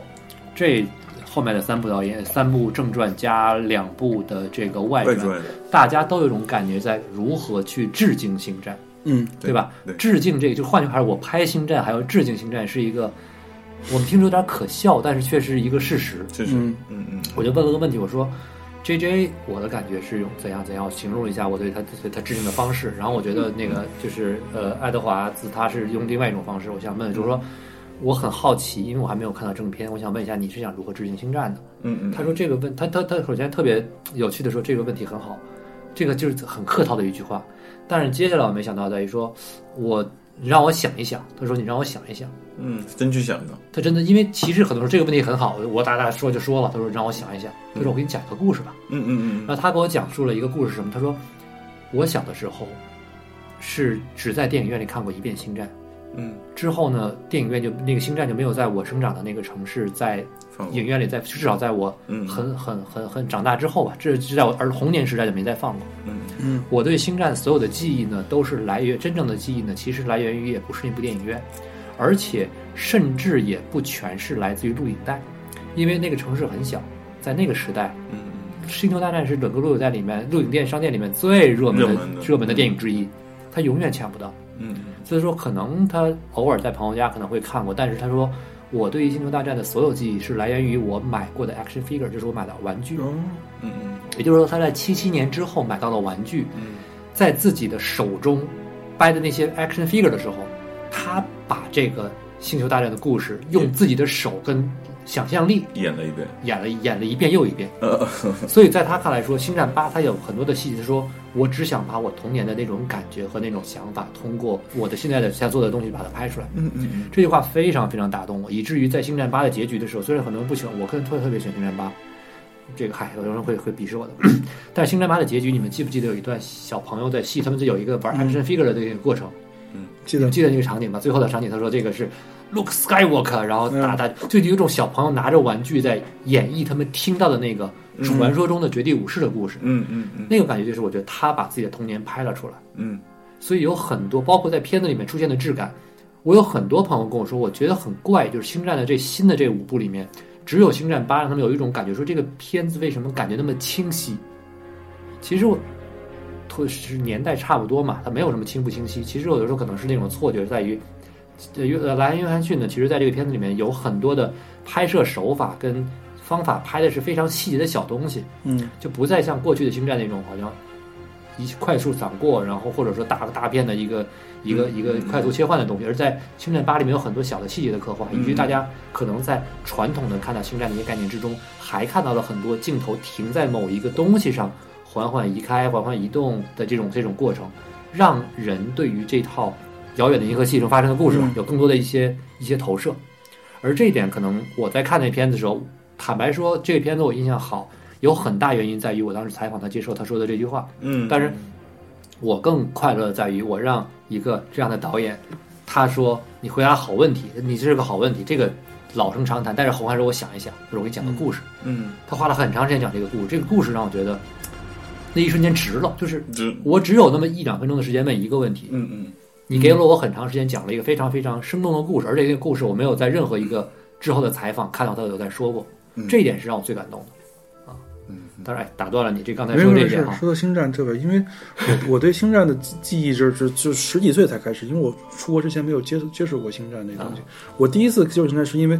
这后面的三部导演、三部正传加两部的这个外外传，传大家都有一种感觉，在如何去致敬《星战》，嗯，对吧？对致敬这个，就换句话说，我拍《星战》还有致敬《星战》是一个，我们听着有点可笑，但是却是一个事实。这是嗯嗯我就问了个问题，我说，J J，我的感觉是用怎样怎样我形容一下我对他对他致敬的方式。然后我觉得那个就是呃，爱德华兹他是用另外一种方式。我想问，就是说我很好奇，因为我还没有看到正片，我想问一下你是想如何致敬星战的？嗯嗯，他说这个问他他他首先特别有趣的说这个问题很好，这个就是很客套的一句话。但是接下来我没想到在于说，我你让我想一想，他说你让我想一想。嗯，真去想的，他真的，因为其实很多时候这个问题很好，我我大大说就说了。他说让我想一想，他说我给你讲一个故事吧。嗯嗯嗯然后他给我讲述了一个故事，是什么？他说我小的时候是只在电影院里看过一遍《星战》，嗯，之后呢，电影院就那个《星战》就没有在我生长的那个城市，在放影院里在，至少在我嗯很很很很长大之后吧，这这在我儿童年时代就没再放过。嗯我对星战所有的记忆呢，都是来源真正的记忆呢，其实来源于也不是那部电影院，而且甚至也不全是来自于录影带，因为那个城市很小，在那个时代，嗯《星球大战》是整个录影带里面录影店商店里面最热门的热门的电影之一，它永远抢不到。嗯所以说，可能他偶尔在朋友家可能会看过，但是他说。我对于《星球大战》的所有记忆是来源于我买过的 action figure，就是我买的玩具。嗯嗯也就是说，他在七七年之后买到了玩具，嗯在自己的手中掰的那些 action figure 的时候，他把这个《星球大战》的故事用自己的手跟想象力演了一遍，演了演了一遍又一遍。呃所以在他看来说，《星战八》它有很多的细节，说我只想把我童年的那种感觉和那种想法，通过我的现在的在做的东西把它拍出来。嗯嗯这句话非常非常打动我，以至于在《星战八》的结局的时候，虽然很多人不喜欢，我个人特特别喜欢《星战八》，这个嗨，有人会会鄙视我的。 但是《星战八》的结局，你们记不记得有一段小朋友在戏，他们就有一个玩 action figure 的这个过程，嗯记你得们记得那个场景吧？最后的场景，他说这个是 Luke Skywalker，然后嗯打打，就有一种小朋友拿着玩具在演绎他们听到的那个嗯传说中的绝地武士的故事，嗯嗯那个感觉就是我觉得他把自己的童年拍了出来。嗯所以有很多，包括在片子里面出现的质感，我有很多朋友跟我说，我觉得很怪，就是《星战》的这新的这五部里面，只有《星战八》让他们有一种感觉，说这个片子为什么感觉那么清晰？其实我，特是年代差不多嘛，它没有什么清不清晰。其实有的时候可能是那种错觉，在于，呃，约呃莱恩·约翰逊呢，其实在这个片子里面有很多的拍摄手法跟方法拍的是非常细节的小东西，嗯就不再像过去的星战那种好像一快速闪过，然后或者说大大片的一个一个一个快速切换的东西，而在星战八里面有很多小的细节的刻画，以至于大家可能在传统的看到星战的一些概念之中，还看到了很多镜头停在某一个东西上，缓缓移开、缓缓移动的这种这种过程，让人对于这套遥远的银河系中发生的故事有更多的一些一些投射。而这一点，可能我在看那片子的时候，坦白说，这个片子我印象好，有很大原因在于我当时采访他接受他说的这句话。嗯，但是，我更快乐的在于我让一个这样的导演，他说你回答好问题，你这是个好问题，这个老生常谈。但是侯汉说，我想一想，就是我给你讲个故事。嗯，他花了很长时间讲这个故事，这个故事让我觉得嗯那一瞬间值了。就是这我只有那么一两分钟的时间问一个问题，嗯嗯你给了我很长时间讲了一个非常非常生动的故事，而且这个故嗯事我没有在任何一个之后的采访看到他有在说过，这一点是让我最感动的。当然，哎，打断了你这刚才没说有这没一点啊事哈，，说到星战这个，因为我我对星战的记记忆就是就十几岁才开始，因为我出国之前没有接触接触过星战这个东啊西。我第一次接触星战是因为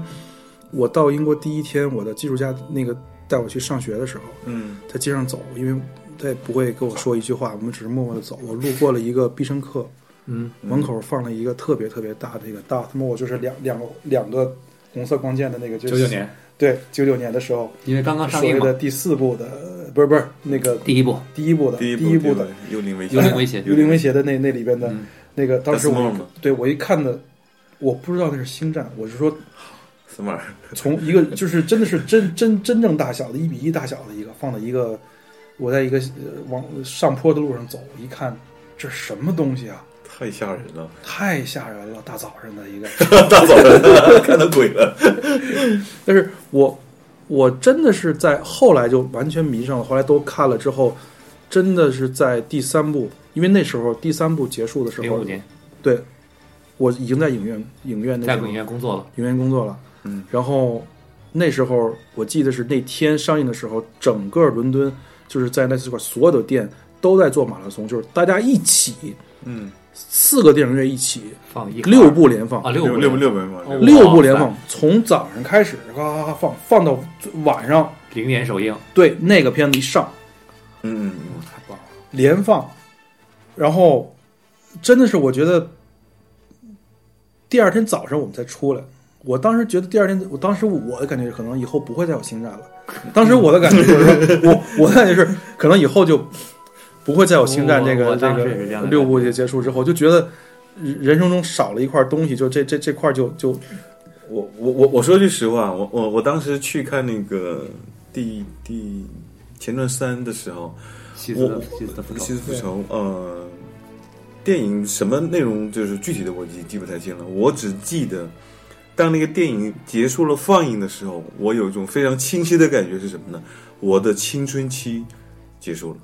我到英国第一天，我的技术家那个带我去上学的时候，嗯在街上走，因为他也不会跟我说一句话，我们只是默默的走。我路过了一个必胜客，嗯，门口放了一个特别特别大的一个大，他妈我就是两两个两个红色光剑的那个，就是九九年，对九九年的时候，因为刚刚所上映谓嘛的，第四部的，呃不是不是那个第一部，第一部的第一一部的的《幽灵危机幽灵威胁幽灵威胁的那那里边的、那个，当时我 Swarm 对我一看的，我不知道那是星战，我是说斯马尔，从一个 就是真的是真真真正大小的一比一大小的一个放到一个，我在一个呃往上坡的路上走，一看这是什么东西啊，太吓人了，太吓人了，大早上的一个。 大早上看到鬼了。但是我我真的是在后来就完全迷上了，后来都看了之后，真的是在第三部，因为那时候第三部结束的时零候五，年对我已经在影院影院那在时候影院工作了，影院工作了，嗯，然后那时候我记得是那天上映的时候，整个伦敦就是在那块所有的店都在做马拉松，就是大家一起嗯，四个电影院一起放一六部连放啊，，六六部六六百嘛，哦六部连放，从早上开始嘎嘎嘎放，放到晚上。零年首映，对，那个片子一上嗯嗯嗯，太棒了，连放，然后真的是我觉得第二天早上我们才出来。我当时觉得第二天，我当时我的感觉是可能以后不会再有星战了。当时我的感觉就是说，我我的感觉是可能以后就不会再有星战这我个我这当时个也是这样的六部也结束之后，就觉得人生中少了一块东西，就这这这块就就我我我我说句实话，我我我当时去看那个第第前传三的时候，西斯的我西斯的复其仇，实复仇，呃，电影什么内容就是具体的我记记不太清了，我只记得当那个电影结束了放映的时候，我有一种非常清晰的感觉是什么呢？我的青春期结束了。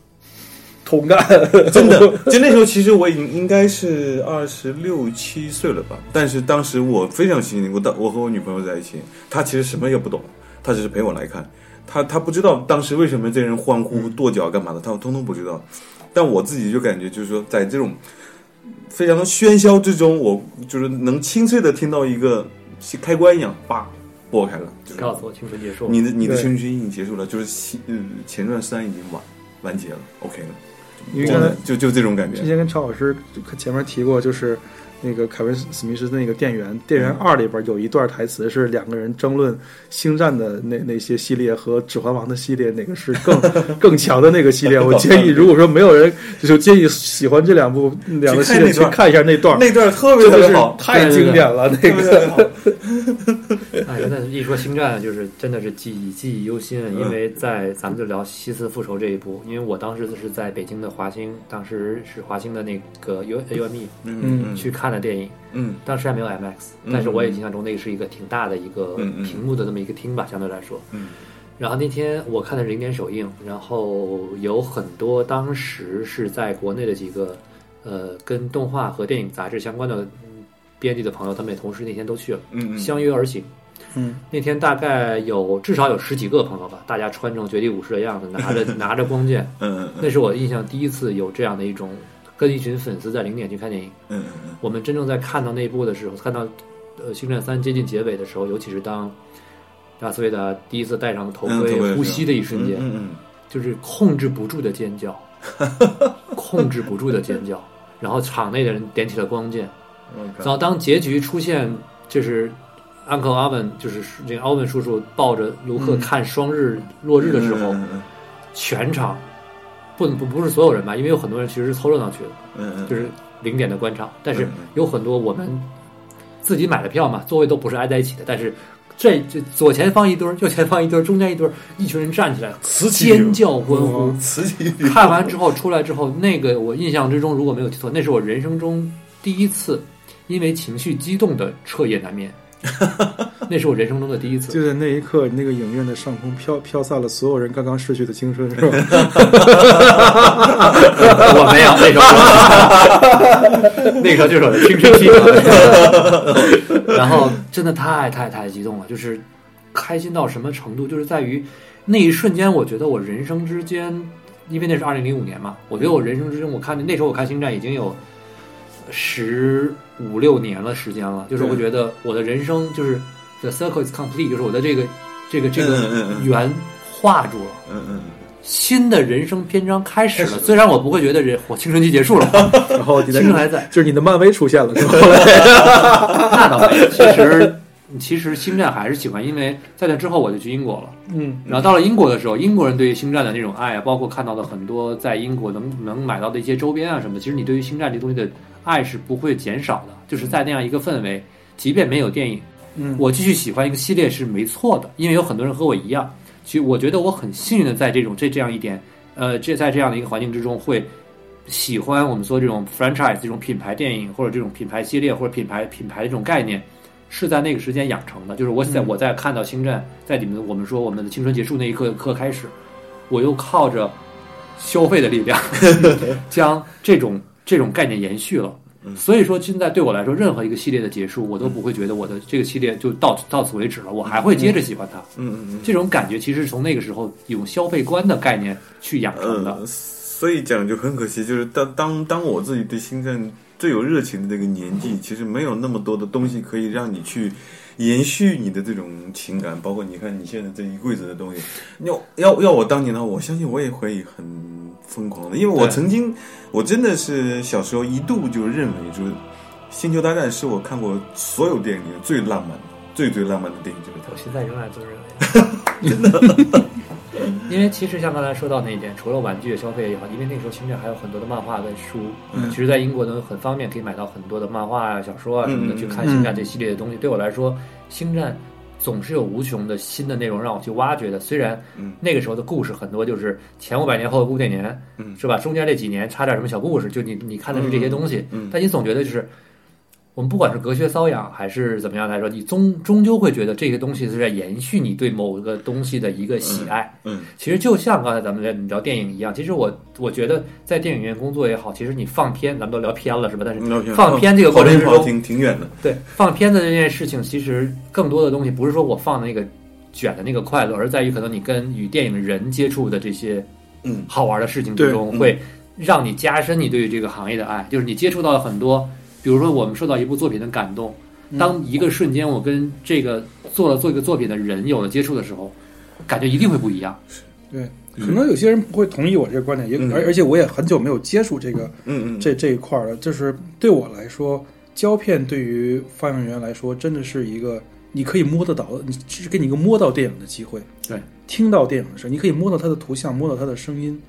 同感。 真的，就那时候其实我已经应该是二十六七岁了吧，但是当时我非常幸运，我当我和我女朋友在一起，她其实什么也不懂，她只是陪我来看，她她不知道当时为什么这人欢呼跺脚干嘛的，她通通不知道，但我自己就感觉就是说在这种非常喧嚣之中，我就是能清脆的听到一个开关一样叭拨开了，就是告诉我青春结束，你的你的对青春期已经结束了，就是西嗯前传三已经完完结了，OK 了。因为真刚才的就就这种感觉之，前跟超老师前面提过，就是那个凯文史密斯的那个《店嗯员》，《店员二》里边有一段台词是两个人争论《星战》的那那些系列和《指环王》的系列哪个是 更更强的那个系列。我建议，如果说没有人，就建议喜欢这两部两个系列去去看那段看一下那段，那段特别真特别的是好，太对对对经典了。那特别个特别好。哎，那一说星战，就是真的是记忆记忆犹新，啊嗯因为在咱们就聊《西斯复仇》这一部，因为我当时是在北京的华星，当时是华星的那个 U U M E 嗯去看的电影，嗯当时还没有 IMAX，嗯但是我也印象中那个是一个挺大的一个嗯嗯屏幕的这么一个厅吧，相对来说。嗯然后那天我看的是零点首映，然后有很多当时是在国内的几个呃跟动画和电影杂志相关的嗯编辑的朋友，他们也同时那天都去了，嗯嗯，相约而行。嗯，那天大概有至少有十几个朋友吧，大家穿成绝地武士的样子，拿着 拿着光剑，嗯嗯那是我印象第一次有这样的一种跟一群粉丝在零点去看电影。嗯嗯我们真正在看到那一部的时候，看到呃《星战三》接近结尾的时候，尤其是当达斯维达第一次戴上头嗯，盔呼吸的一瞬间，嗯就是控制不住的尖 叫，控制不住的尖叫。然后场内的人点起了光剑，嗯然后当结局出现，就是 Uncle Owen，就是这个 Owen 叔叔抱着卢克看双日落日的时候，嗯全场不不不是所有人吧，因为有很多人其实是凑热闹去的，嗯，就是零点的观场，但是嗯有很多我们自己买的票嘛，座位都不是挨在一起的，但是这这左前方一堆儿，右前方一堆儿，中间一堆儿，一群人站起来此起哦尖叫欢呼。此起看完之后出来之后，那个我印象之中如果没有记错，那是我人生中第一次因为情绪激动的彻夜难 眠，那是我人生中的第一次。就在那一刻，那个影院的上空飘飘散了所有人刚刚逝去的青春，是吧？ 我没有那时候，那时候就是我的青春期。然后真的太太太激动了，就是开心到什么程度，就是在于那一瞬间，我觉得我人生之间，因为那是二零零五年嘛，我觉得我人生之中，我看那时候我看《星战》已经有十五六年了时间了，就是对我觉得我的人生就是 the circle is complete，就是我的这个这个这嗯嗯个嗯圆画住了。嗯嗯，新的人生篇章开始开了，始了虽然我不会觉得人我青春期结束 了，然后你青的春还在，就是你的漫威出现了，是吧？ 那倒没有。 其实，其实星战还是喜欢，因为在那之后我就去英国了。嗯，然后到了英国的时候，英国人对于星战的那种爱啊，包括看到的很多在英国能能买到的一些周边啊什么的，其实你对于星战这东西的爱是不会减少的。就是在那样一个氛围，即便没有电影，嗯我继续喜欢一个系列是没错的，因为有很多人和我一样，其实我觉得我很幸运的在这种这这样一点，呃，这在这样的一个环境之中会。喜欢我们说这种 franchise 这种品牌电影或者这种品牌系列或者品牌品牌这种概念，是在那个时间养成的。就是我在、嗯我在看到星战，在你们我们说我们的青春结束那一刻刻开始，我又靠着消费的力量将这种这种概念延续了。所以说，现在对我来说，任何一个系列的结束，我都不会觉得我的这个系列就到到此为止了，我还会接着喜欢它。嗯嗯嗯。这种感觉其实是从那个时候用消费观的概念去养成的。呃，所以讲就很可惜，就是当当当我自己对星战最有热情的那个年纪，其实没有那么多的东西可以让你去延续你的这种情感，包括你看你现在这一柜子的东西，要要要我当年的话，我相信我也会很疯狂的，因为我对曾经我真的是小时候一度就认为就是《星球大战》是我看过所有电影里最浪漫的、最最浪漫的电影，就是它我。现在仍然这么认为， 真 的。因为其实像刚才说到那一点，除了玩具消费也好，因为那个时候星战还有很多的漫画跟书，嗯其实，在英国能很方便可以买到很多的漫画啊、小说啊什么的，嗯去看星战这系列的东西。对我来说，星战总是有无穷的新的内容让我去挖掘的。虽然嗯那个时候的故事很多就是前五百年后的固定年，嗯是吧？中间这几年插点什么小故事，就你你看的是这些东西，嗯嗯但你总觉得就是。我们不管是隔靴搔痒还是怎么样来说，你终终究会觉得这些东西是在延续你对某个东西的一个喜爱。嗯其实就像刚才咱们在聊电影一样，其实我我觉得在电影院工作也好，其实你放片，咱们都聊偏了是吧？但是嗯，放片这个过程之跑中，挺挺远的，对放片子这件事情，其实更多的东西不是说我放那个卷的那个快乐，而在于可能你跟与电影的人接触的这些嗯好玩的事情之中，对嗯会让你加深你对于这个行业的爱。就是你接触到了很多，比如说我们受到一部作品的感动，嗯当一个瞬间我跟这个做了做一个作品的人有了接触的时候，感觉一定会不一样。对，可能有些人不会同意我这个观点，也嗯而而且我也很久没有接触这个嗯嗯，这这一块儿了。就是对我来说，胶片对于放映员来说，真的是一个你可以摸得到的，你只是给你一个摸到电影的机会，对，听到电影的声音，你可以摸到它的图像，摸到它的声音，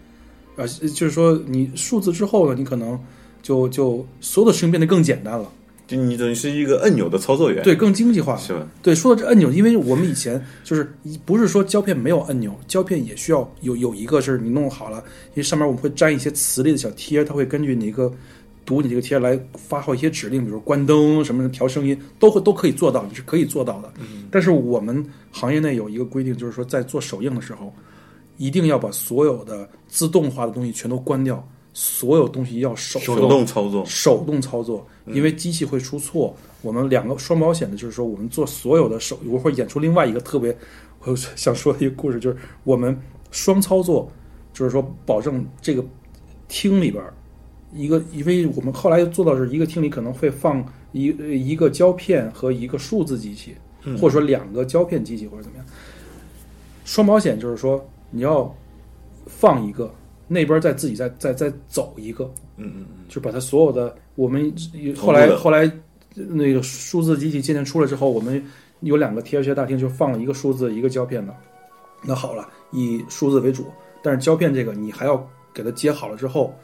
啊、就是说你数字之后呢，你可能就就所有的事情变得更简单了，就你等于是一个按钮的操作员，对，更经济化了。是吧？对，说到这按钮，因为我们以前就是不是说胶片没有按钮，胶片也需要有有一个是你弄好了，因为上面我们会粘一些磁力的小贴，它会根据你一个读你这个贴来发号一些指令，比如关灯什么的调声音，都会都可以做到，你是可以做到的。但是我们行业内有一个规定，就是说在做首映的时候，一定要把所有的自动化的东西全都关掉，所有东西要手手动操作，手动操作，因为机器会出错。我们两个双保险的，就是说我们做所有的手，我会演出另外一个特别我想说的一个故事，就是我们双操作，就是说保证这个厅里边儿一个，因为我们后来做到是一个厅里可能会放一呃一个胶片和一个数字机器，嗯或者说两个胶片机器或者怎么样。双保险就是说你要放一个，那边儿再自己再再再走一个，嗯嗯嗯，就把它所有的我们同步后来的后来呃那个数字机器渐渐出来之后，我们有两个贴学大厅就放了一个数字一个胶片的。那好了，以数字为主，但是胶片这个你还要给它接好了之后，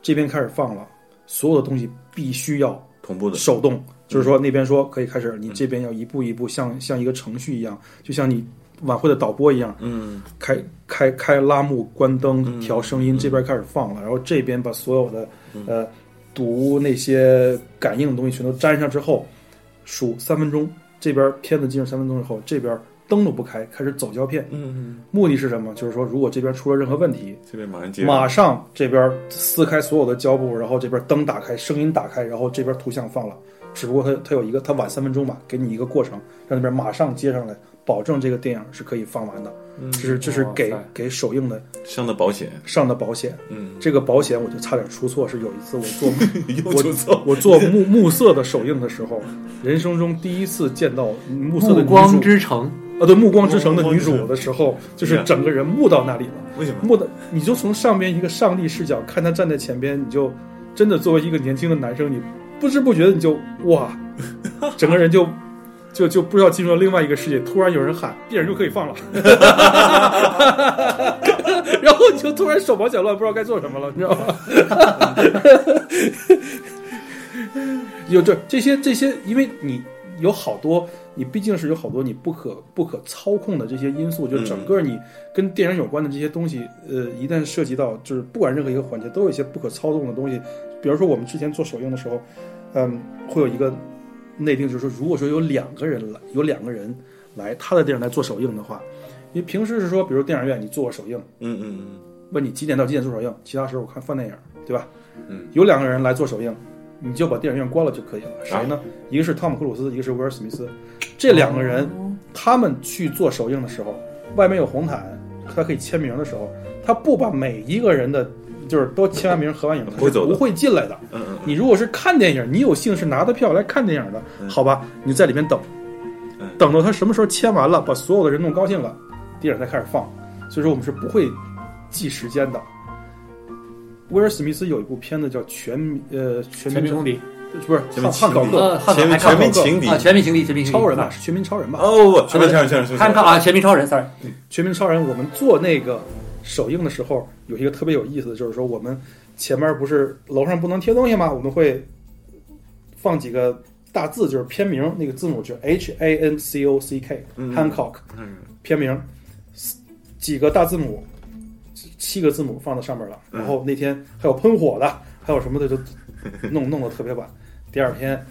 这边开始放了，所有的东西必须要同步的，手动，就是说那边说可以开始，你这边要一步一步像像一个程序一样，就像你晚会的导播一样，嗯开开开拉幕、关灯、调声音，这边开始放了，然后这边把所有的呃读那些感应的东西全都粘上之后，数三分钟，这边片子进入三分钟之后，这边灯都不开，开始走胶片。嗯，目的是什么？就是说，如果这边出了任何问题，这边马上接，马上这边撕开所有的胶布，然后这边灯打开，声音打开，然后这边图像放了，只不过它它有一个，它晚三分钟吧，给你一个过程，让那边马上接上来，保证这个电影是可以放完的。嗯这是这是给哇塞给首映的上的保险，上的保险。嗯，这个保险我就差点出错，是有一次我做 又我出错，我做暮暮色的首映的时候，人生中第一次见到暮色的暮女光主之城，啊，对暮光之城的女暮主光之城的时候，就哎是呀整个人木到那里了，为什么？木的你就从上边一个上帝视角看她站在前边，你就真的作为一个年轻的男生，你不知不觉的你就哇，整个人就。就就不知道进入了另外一个世界，突然有人喊电影就可以放了，然后你就突然手忙脚乱，不知道该做什么了，你知道吗？ 有这这些这些，因为你有好多，你毕竟是有好多你不可不可操控的这些因素，就嗯整个你跟电影有关的这些东西，呃，一旦涉及到就是不管任何一个环节，都有一些不可操纵的东西。比如说我们之前做首映的时候，嗯，会有一个内定，就是说如果说有两个人来，有两个人来他的电影来做首映的话，因为平时是说，比如电影院你做个首映，嗯嗯问你几点到几点做首映，其他时候我看放电影，对吧？嗯，有两个人来做首映，你就把电影院关了就可以了。谁哎呢？一个是汤姆·克鲁斯，一个是威尔·史密斯。这两个人，哦他们去做首映的时候，外面有红毯，他可以签名的时候，他不把每一个人的就是都签完名、合完影，他不会是走的不会进来的。嗯嗯嗯你如果是看电影，你有幸是拿的票来看电影的，嗯好吧，你在里面等嗯，等到他什么时候签完了，把所有的人弄高兴了，电影才开始放。所以说我们是不会记时间的。威尔史密斯有一部片子叫《全民》，呃，全全民民公敌不是全民汉汉考情敌克呃，汉全克民汉全克民情敌啊，全民情敌，全民情敌超人吧，，是全民超人吧？哦不不，全面全面全面汉克啊，全民超人，sorry， 全民超人，我们做那个首映的时候，有一个特别有意思的，就是说我们前面不是楼上不能贴东西吗？我们会放几个大字，就是片名，那个字母就是 H A N C O C K 嗯 Hancock 片名，几个大字母，七个字母放在上面了。嗯然后那天还有喷火的，还有什么的，就 弄弄得特别晚。第二天，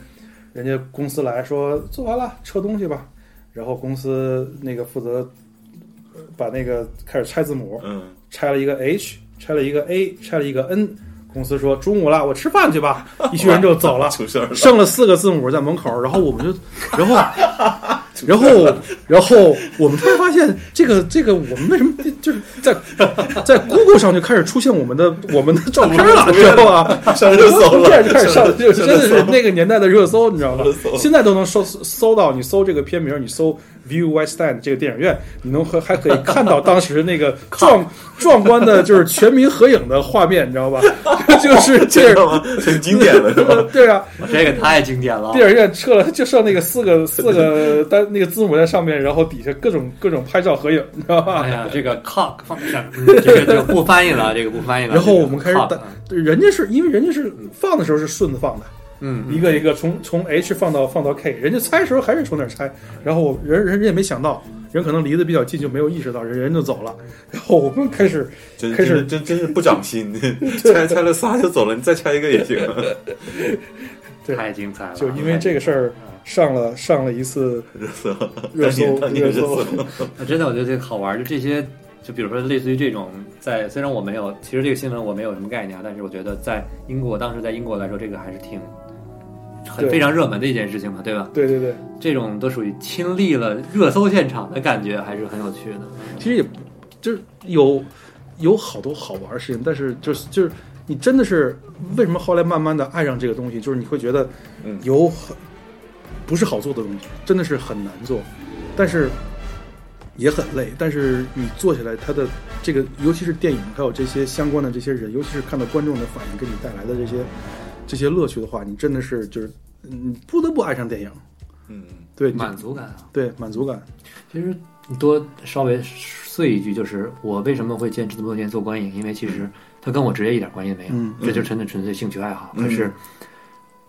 人家公司来说做完了，撤东西吧。然后公司那个负责呃把那个开始拆字母，嗯拆了一个 H，拆了一个 A，拆了一个 N。公司说中午了，我吃饭去 吧。一群人就走了嗯，，出事儿了，剩了四个字母在门口，然后我们 就，然后，然后，然后我们突然发现，这个这个我们为什么就是在在 Google 上就开始出现我们的 我们的照片了，知道吧？上热 搜这样了，就开始上，就真的是上热搜那个年代的热搜，你知道吗热搜？现在都能搜搜到，你搜这个片名，你搜 View West End 这个电影院，你能还还可以看到当时那个壮壮观的，就是全民合影的画面，你知道吧？ 就是这知 样，道 吗？很经典了是吧？对啊，我这个太经典了，电影院撤了，就剩那个四个四个单那个字母在上面，然后底下各种各种拍照合影，你知道吧？哎呀，这个 cock 放在上，嗯这个这个不翻译了，这个不翻译了。然后这个啊我们开始 cock，打，人家是因为人家是放的时候是顺子放的，嗯，一个一个从从 H 放到放到 K，人家猜的时候还是从哪儿猜，然后我人人家也没想到，人可能离得比较近就没有意识到，人人就走了，然后我们开始真开始真真真是不长 心，拆拆了仨就走了，你再拆一个也行。 对太精彩了。就因为这个事儿上了上了一次热搜，热当搜年当年热搜，啊，真的，我觉得这个好玩儿，就这些，就比如说类似于这种，在虽然我没有，其实这个新闻我没有什么概念啊，但是我觉得在英国，当时在英国来说，这个还是挺很对非常热门的一件事情嘛，对吧？对对对。这种都属于亲历了热搜现场的感觉，还是很有趣的。其实也不就是有有好多好玩的事情，但是就是就是你真的是为什么后来慢慢的爱上这个东西，就是你会觉得嗯有很不是好做的东西，真的是很难做，但是也很累，但是你做起来它的这个，尤其是电影还有这些相关的这些人，尤其是看到观众的反应给你带来的这些这些乐趣的话，你真的是就是你不得不爱上电影，嗯，对，你满足感啊，对满足感，其实你多稍微碎一句，就是我为什么会坚持这么多年做观影，因为其实它跟我职业一点关系没有，嗯这就真的纯粹兴趣爱好。嗯可是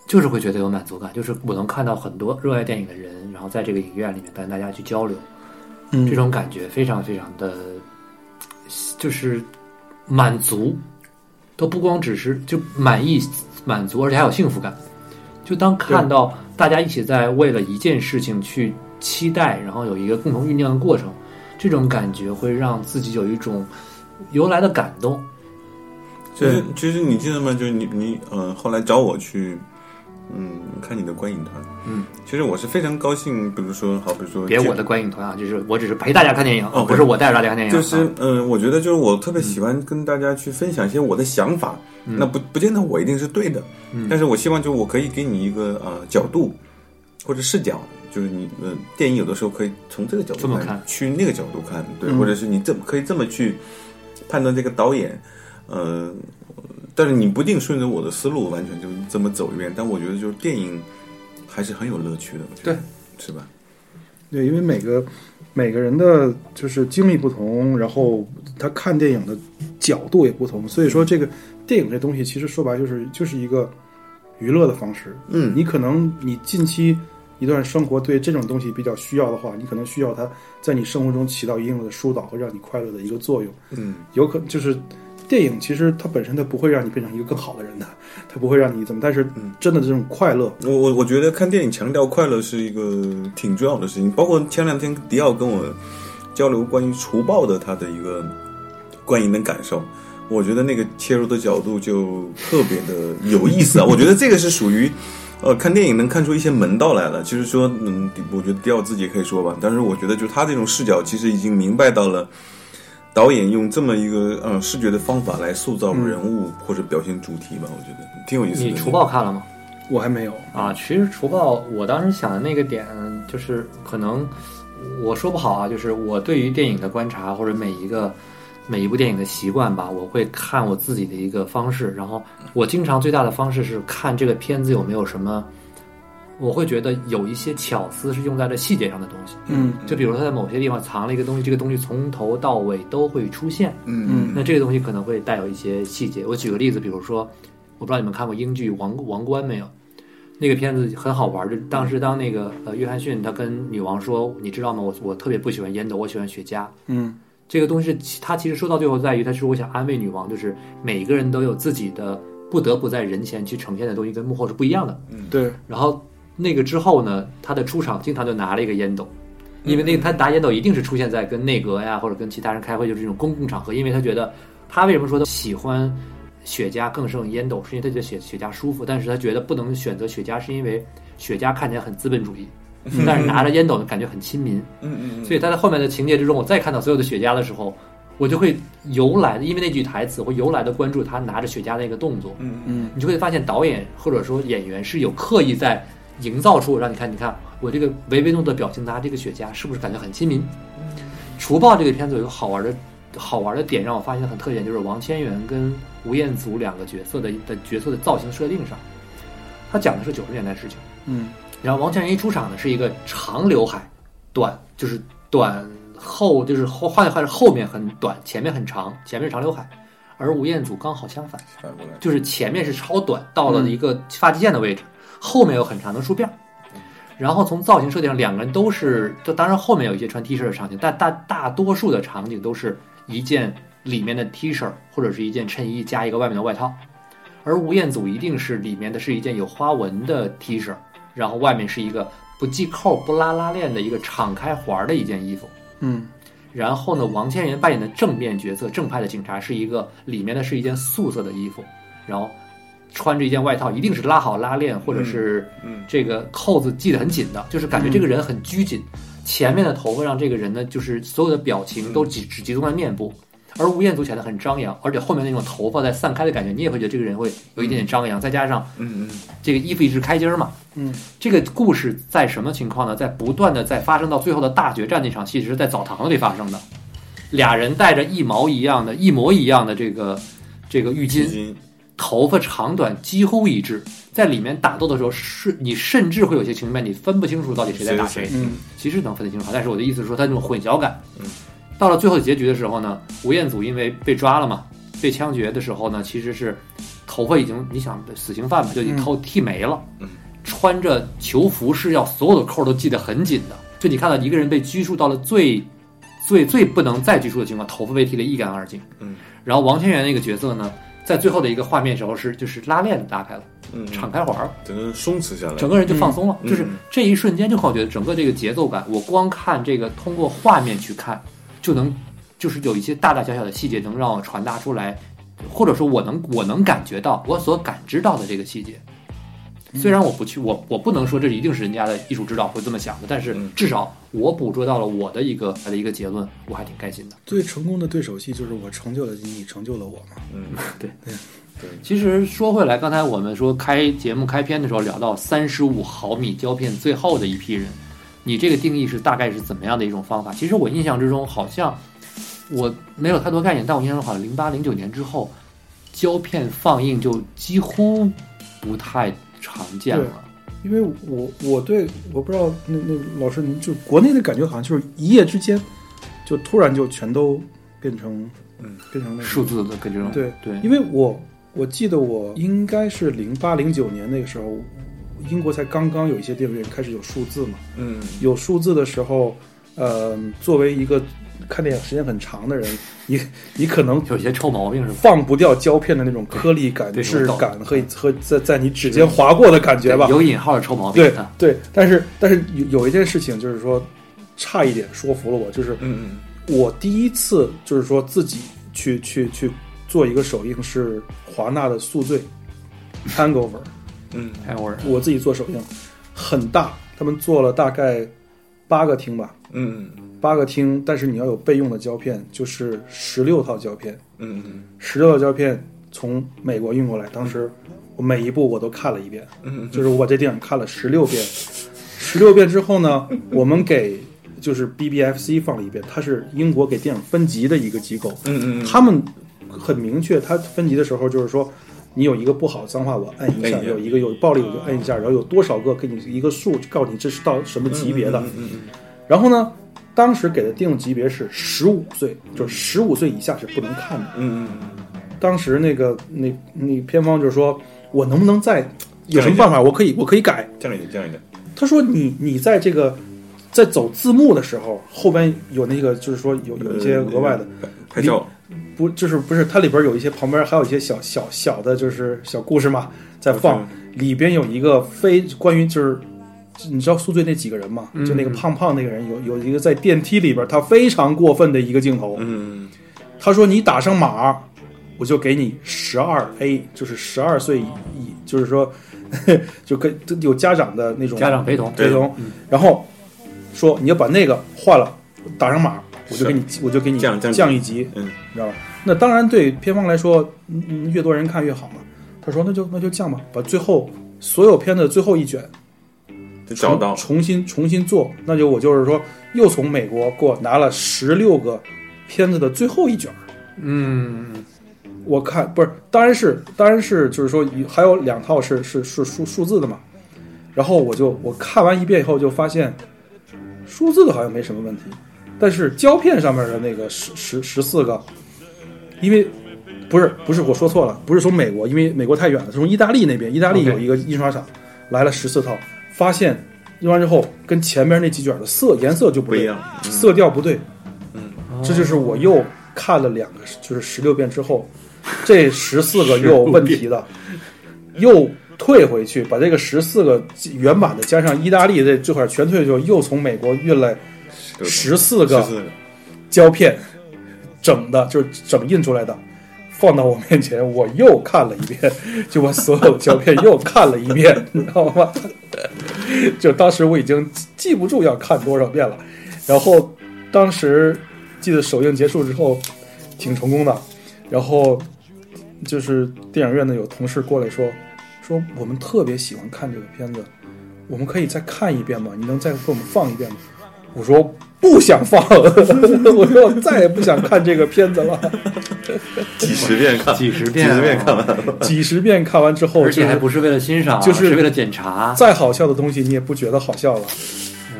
就是会觉得有满足感，就是我能看到很多热爱电影的人，然后在这个影院里面跟大家去交流，嗯这种感觉非常非常的，就是满足，都不光只是就满意满足，而且还有幸福感。就当看到大家一起在为了一件事情去期待，然后有一个共同酝酿的过程，这种感觉会让自己有一种由来的感动。其实其实你记得吗？就是你你呃，后来找我去嗯，看你的观影团。嗯，其实我是非常高兴，比如说，好，比如说，别我的观影团啊，就是我只是陪大家看电影，哦不是我带着大家看电影啊。嗯就是嗯、呃我觉得就是我特别喜欢跟大家去分享一些我的想法，那不不见得我一定是对的，嗯但是我希望就是我可以给你一个呃角度或者视角，就是你呃电影有的时候可以从这个角这度么看，看去那个角度看，对，嗯或者是你这么可以这么去判断这个导演，呃，但是你不一定顺着我的思路完全就这么走一遍，但我觉得就是电影还是很有乐趣的，我觉得对，是吧？对，因为每个每个人的就是经历不同，然后他看电影的角度也不同，所以说这个电影这东西其实说白就是就是一个娱乐的方式。嗯，你可能你近期一段生活对这种东西比较需要的话，你可能需要它在你生活中起到一定的疏导和让你快乐的一个作用。嗯。有可就是电影其实它本身它不会让你变成一个更好的人的，它不会让你怎么，但是真的这种快乐，我我我觉得看电影强调快乐是一个挺重要的事情，包括前两天迪奥跟我交流关于《除暴》的他的一个观影的感受，我觉得那个切入的角度就特别的有意思啊！我觉得这个是属于。呃，看电影能看出一些门道来了。其实说，嗯，我觉得迪奥自己也可以说吧，但是我觉得就是他这种视角，其实已经明白到了导演用这么一个呃视觉的方法来塑造人物或者表现主题吧。我觉得挺有意思的。你除暴看了吗？我还没有。啊，其实除暴，我当时想的那个点就是，可能我说不好啊，就是我对于电影的观察或者每一个每一部电影的习惯吧，我会看我自己的一个方式。然后我经常最大的方式是看这个片子有没有什么，我会觉得有一些巧思是用在了细节上的东西。嗯就比如说它在某些地方藏了一个东西，这个东西从头到尾都会出现。嗯那这个东西可能会带有一些细节。我举个例子，比如说，我不知道你们看过英剧《王王冠》没有？那个片子很好玩儿，就当时当那个呃约翰逊他跟女王说，你知道吗？我我特别不喜欢烟斗，我喜欢雪茄。嗯这个东西其他其实说到最后在于，他说我想安慰女王，就是每个人都有自己的不得不在人前去呈现的东西跟幕后是不一样的。对，然后那个之后呢，他的出场经常就拿了一个烟斗，因为那个他拿烟斗一定是出现在跟内阁呀或者跟其他人开会，就是这种公共场合，因为他觉得他为什么说他喜欢雪茄更胜烟斗，是因为他觉得雪雪茄舒服，但是他觉得不能选择雪茄，是因为雪茄看起来很资本主义，但是拿着烟斗呢感觉很亲民，嗯嗯所以他在后面的情节之中，我再看到所有的雪茄的时候。我就会由来的，因为那句台词，我会由来的关注他拿着雪茄那个动作，嗯嗯嗯你就会发现导演或者说演员是有刻意在营造出让你看，你看我这个唯唯诺诺的表情拿这个雪茄，是不是感觉很亲民？《除暴》这个片子有一个好玩的好玩的点，让我发现很特点，就是王千源跟吴彦祖两个角色的的角色的造型设定上，他讲的是九十年代事情。嗯然后王千源一出场呢，是一个长刘海，短就是短后就是后画面还是后面很短，前面很长，前面是长刘海，而吴彦祖刚好相反。反过来，就是前面是超短，到了一个发际线的位置，后面有很长的梳辫儿。然后从造型设计上，两个人都是，就当然后面有一些穿 T 恤的场景，但大大多数的场景都是一件里面的 T 恤或者是一件衬衣加一个外面的外套，而吴彦祖一定是里面的是一件有花纹的 T 恤，然后外面是一个不系扣不拉拉链的一个敞开环儿的一件衣服。嗯然后嗯呢，王千源扮演的正面角色正派的警察是一个里面的是一件素色的衣服，然后穿着一件外套，一定是拉好拉链或者是嗯这个扣子系得很紧的，就是感觉这个人很拘谨。前面的头发让这个人呢，就是所有的表情都嗯只只集中在面部，而吴彦祖显得很张扬，而且后面那种头发在散开的感觉，你也会觉得这个人会有一点点张扬，再加上嗯嗯这个衣服一直开襟儿嘛，嗯这个故事在什么情况呢？在不断的在发生到最后的大决战那场戏，是在澡堂子里发生的。俩人带着一毛一样的、一模一样的这个这个浴基巾，金，头发长短几乎一致，在里面打斗的时候，是你甚至会有些情面你分不清楚到底谁在打谁。谁嗯其实能分得清楚，啊但是我的意思是说，他那种混淆感。嗯，到了最后的结局的时候呢，吴彦祖因为被抓了嘛，被枪决的时候呢，其实是头发已经，你想死刑犯嘛，就已经头剃没了。嗯，穿着囚服是要所有的扣都系得很紧的，就你看到一个人被拘束到了最最最不能再拘束的情况，头发被剃得一干二净。嗯，然后王千源那个角色呢，在最后的一个画面时候是就是拉链拉开了，嗯，敞开环儿。整个人松弛下来，整个人就放松了，嗯就是嗯这一瞬间就会我觉得整个这个节奏感，我光看这个通过画面去看，就能就是有一些大大小小的细节能让我传达出来，或者说我能我能感觉到我所感知到的这个细节，嗯虽然我不去，我我不能说这一定是人家的艺术指导会这么想的，但是嗯至少我捕捉到了我的一个他的一个结论，我还挺开心的。最成功的对手戏就是我成就了你，你成就了我嘛。嗯，其实说回来，刚才我们说开节目开篇的时候聊到三十五毫米胶片最后的一批人，你这个定义是大概是怎么样的一种方法？其实我印象之中好像我没有太多概念，但我印象中好像零八零九年之后，胶片放映就几乎不太常见了。因为我我对我不知道那那老师您就国内的感觉好像就是一夜之间，就突然就全都变成嗯变成那个数字的这种对对，因为我我记得我应该是零八零九年那个时候，英国才刚刚有一些电影院开始有数字嘛，嗯有数字的时候，呃，作为一个看电影时间很长的人，你你可能有些臭毛病是吧？放不掉胶片的那种颗粒感、对质有道理嗯感和和在在你指尖划过的感觉吧，有引号的臭毛病对啊，对，但是但是有有一件事情就是说，差一点说服了我，就是嗯嗯我第一次就是说自己去去去做一个首映是华纳的《宿 醉》，Hangover，嗯太过人了。我自己做首映，很大，他们做了大概八个厅吧，嗯八个厅，但是你要有备用的胶片，就是十六套胶片，嗯嗯十六套胶片从美国运过来，当时我每一部我都看了一遍。嗯就是我把这电影看了十六遍，十六遍之后呢，我们给就是 BBFC 放了一遍，它是英国给电影分级的一个机构，嗯嗯，他们很明确，它分级的时候就是说，你有一个不好的脏话我摁一下，摁一下有一个有暴力我就摁一下，然后有多少个给你一个数，告诉你这是到什么级别的。嗯然后呢，当时给的定级别是十五岁，就是十五岁以下是不能看的。嗯嗯当时那个那那片方就说，我能不能再有改什一下么办法？我可以我可以改。这样一点这样一点，他说你你在这个在走字幕的时候，后边有那个就是说有有一呃些额外的，拍照，不就是不是它里边有一些旁边还有一些小小小的就是小故事嘛，在嗯放里边有一个非关于就是。你知道宿醉那几个人嗯吗？就那个胖胖那个人，有有一个在电梯里边，他非常过分的一个镜头。嗯他说：“你打上码，我就给你十二 A，就是十二岁以，就是说， 就跟有家长的那种家长陪嗯同，对这种，然后说你要把那个换了，打上码，我就给你我就给你降降级降一级，嗯你知道吧？那当然对片方来说，嗯嗯越多人看越好嘛。他说那就那就降吧，把最后所有片的最后一卷嗯，找到重重新重新做，那就我就是说又从美国给我拿了十六个片子的最后一卷。嗯，我看不是，当然是，当然是，就是说还有两套是是是数数字的嘛。然后我就我看完一遍以后就发现，数字的好像没什么问题，但是胶片上面的那个十十十四个，因为不是不是我说错了，不是从美国，因为美国太远了，是从意大利那边，意大利 OK 有一个印刷厂来了十四套，发现用完之后跟前面那几卷的色颜色就不不对一，样，色调不对，嗯哦这就是我又看了两个，就是十六遍之后，这十四个又有问题的，又退回去，把这个十四个原版的加上意大利这这块全退，就又从美国运来十四十个四个，胶片，整的就是整印出来的，放到我面前，我又看了一遍，就把所有胶片又看了一遍，你知道吗？ 就当时我已经记不住要看多少遍了，然后当时记得首映结束之后挺成功的，然后就是电影院的有同事过来说说我们特别喜欢看这个片子，我们可以再看一遍吗？你能再给我们放一遍吗？我说不想放， 我说我再也不想看这个片子了。 几十遍看，几十遍，几十遍看完，几十遍看完之后，啊而就且还是不是为了欣赏，就是为了检查。再好笑的东西你也不觉得好笑了。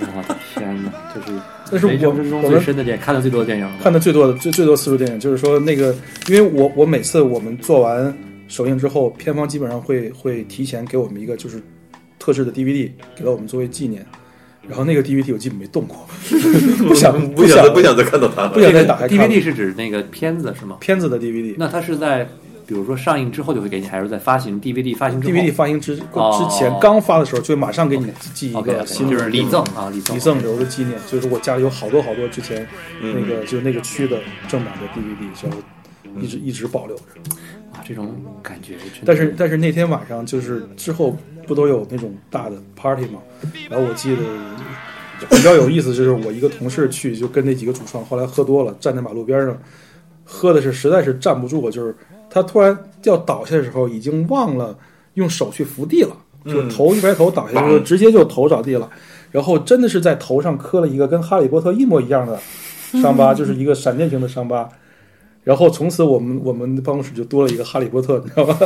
我的哎天哪，就是但是我人生之中我最们深的电影，看的最多的电影了，看的最多的最最多次数电影，就是说那个，因为我我每次我们做完首映之后，片方基本上会会提前给我们一个就是特制的 DVD 给到我们作为纪念，然后那个 DVD 我基本没 动过，不想不想想不想再看到他不了，想这再个打开看了 DVD 是指那个片子是吗？片子的 DVD。那它是在比如说上映之后就会给你，还是在发行 DVD 发行之后 DVD 发行之哦之前刚发的时候，就会马上给你寄一 OK，个 OK，新的就是礼赠啊，礼赠李赠留的纪念，就是我家里有好多好多之前嗯那个、就是那个区的正版的 DVD，所以我一直、一直保留着。啊，这种感觉真的但是但是那天晚上就是之后不都有那种大的 party 吗？然后我记得比较有意思，就是我一个同事去，就跟那几个主创，后来喝多了，站在马路边上，喝的是实在是站不住了，就是他突然要倒下的时候，已经忘了用手去扶地了，就是头一歪头倒下去，就直接就头着地了，然后真的是在头上磕了一个跟哈利波特一模一样的伤疤，就是一个闪电型的伤疤。然后从此我们我们办公室就多了一个哈利波特，你知道吗？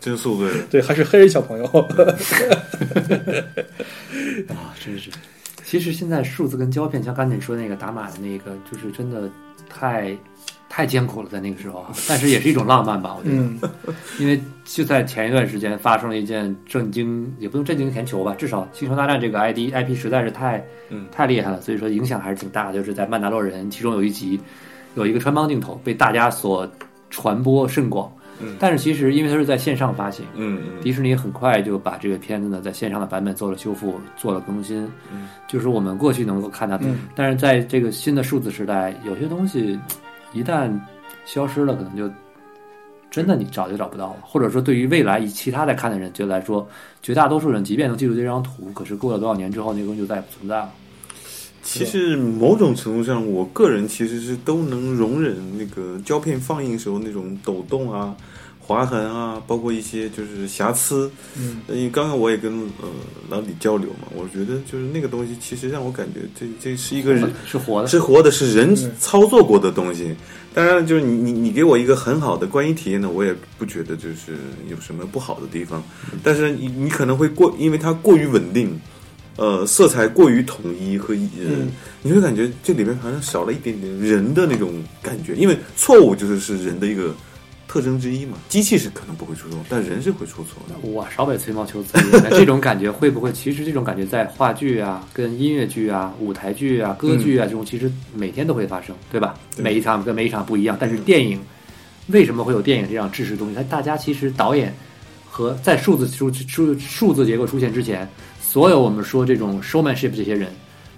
真宿醉了。对，还是黑人小朋友。啊，真是。其实现在数字跟胶片，像刚才你说那个打码的那个，就是真的太太艰苦了，在那个时候啊，但是也是一种浪漫吧，我觉得。嗯，因为就在前一段时间发生了一件震惊，也不用震惊全球吧，至少《星球大战》这个 ID IP 实在是太，嗯太厉害了，所以说影响还是挺大的。就是在《曼达洛人》其中有一集，有一个穿帮镜头被大家所传播甚广，嗯但是其实因为它是在线上发行，嗯嗯迪士尼很快就把这个片子呢在线上的版本做了修复，做了更新，嗯就是我们过去能够看到的，嗯但是在这个新的数字时代，有些东西一旦消失了，可能就真的你找就找不到了，或者说对于未来以其他在看的人觉得来说，绝大多数人即便能记住这张图，可是过了多少年之后，那个东西就再也不存在了。其实某种程度上，我个人其实是都能容忍那个胶片放映时候那种抖动啊、划痕啊，包括一些就是瑕疵。嗯，因为刚刚我也跟呃老李交流嘛，我觉得就是那个东西，其实让我感觉这这是一个人是活的，是活的，是人对操作过的东西。当然，就是你你你给我一个很好的观影体验呢，我也不觉得就是有什么不好的地方。但是你你可能会过，因为它过于稳定，呃，色彩过于统一和呃，嗯你会感觉这里面好像少了一点点人的那种感觉。因为错误就是是人的一个特征之一嘛，机器是可能不会出错，但人是会出错的。我少北吹毛求疵，那这种感觉会不会？其实这种感觉在话剧啊、跟音乐剧啊、舞台剧啊、歌剧啊这种，其实每天都会发生，对吧？对每一场跟每一场不一样，但是电影为什么会有电影这样知识东西？它大家其实导演和在数字出出数字结构出现之前，所有我们说这种 showmanship 这些人。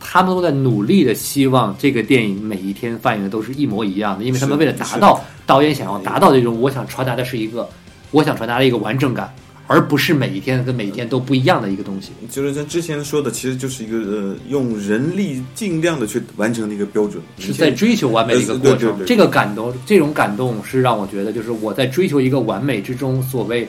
他们都在努力的希望这个电影每一天放映的都是一模一样的，因为他们是为了是达到导演想要达到的这种，我想传达的是一个我想传达的一个完整感，而不是每一天跟每一天都不一样的一个东西。就是像之前说的，其实就是一个呃，用人力尽量的去完成的一个标准，是在追求完美的一个过呃对对程对。这对个感动，这种感动是让我觉得，就是我在追求一个完美之中，所谓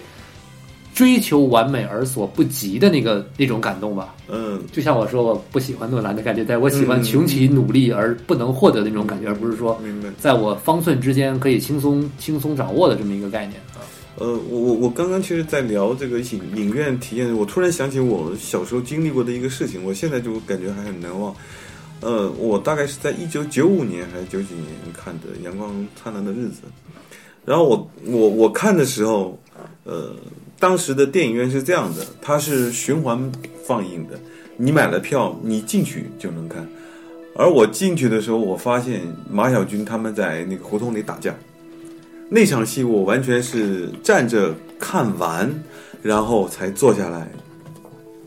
追求完美而所不及的那个那种感动吧。嗯。就像我说，我不喜欢诺兰的感觉，但我喜欢穷其努力而不能获得的那种感觉，而不是说明白。在我方寸之间可以轻松轻松掌握的这么一个概念。呃，我我我刚刚其实，在聊这个影影院体验，我突然想起我小时候经历过的一个事情，我现在就感觉还很难忘。呃，我大概是在一九九五年还是九几年看的《阳光灿烂的日子》，然后我我我看的时候，呃，当时的电影院是这样的，它是循环放映的，你买了票，你进去就能看。而我进去的时候，我发现马小军他们在那个胡同里打架。那场戏我完全是站着看完，然后才坐下来，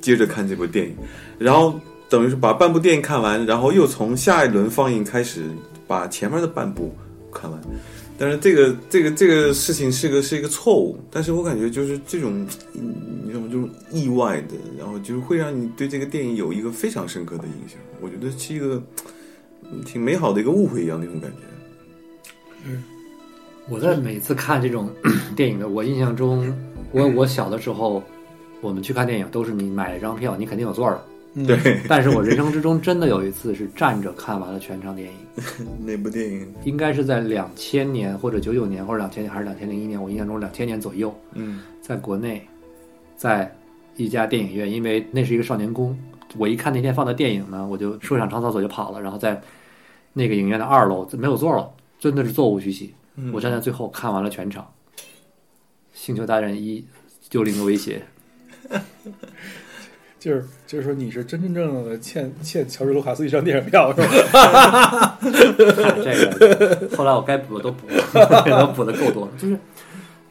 接着看这部电影，然后等于是把半部电影看完，然后又从下一轮放映开始把前面的半部看完。但是这个这个这个事情是个是一个错误，但是我感觉就是这种，嗯你知道吗？这种意外的，然后就是会让你对这个电影有一个非常深刻的影响。我觉得是一个嗯挺美好的一个误会一样那种感觉。我在每次看这种 电影的，我印象中，我我小的时候，我们去看电影都是你买了张票，你肯定有座儿了。对， 但是我人生之中真的有一次是站着看完了全场电影，那部电影，应该是在两千年或者九九年或者两千年还是两千零一年，我印象中两千年左右，嗯。在国内，在一家电影院，因为那是一个少年宫，我一看那天放的电影呢，我就说想上厕所就跑了，然后在那个影院的二楼没有座了，真的是座无虚席。嗯我站在最后看完了全场，《星球大战一：幽灵的威胁 就是就是说你是真真正正的欠欠乔治卢卡斯一张电影票是吧？》看这个，后来我该补的都补了， 然后补的够多了，就是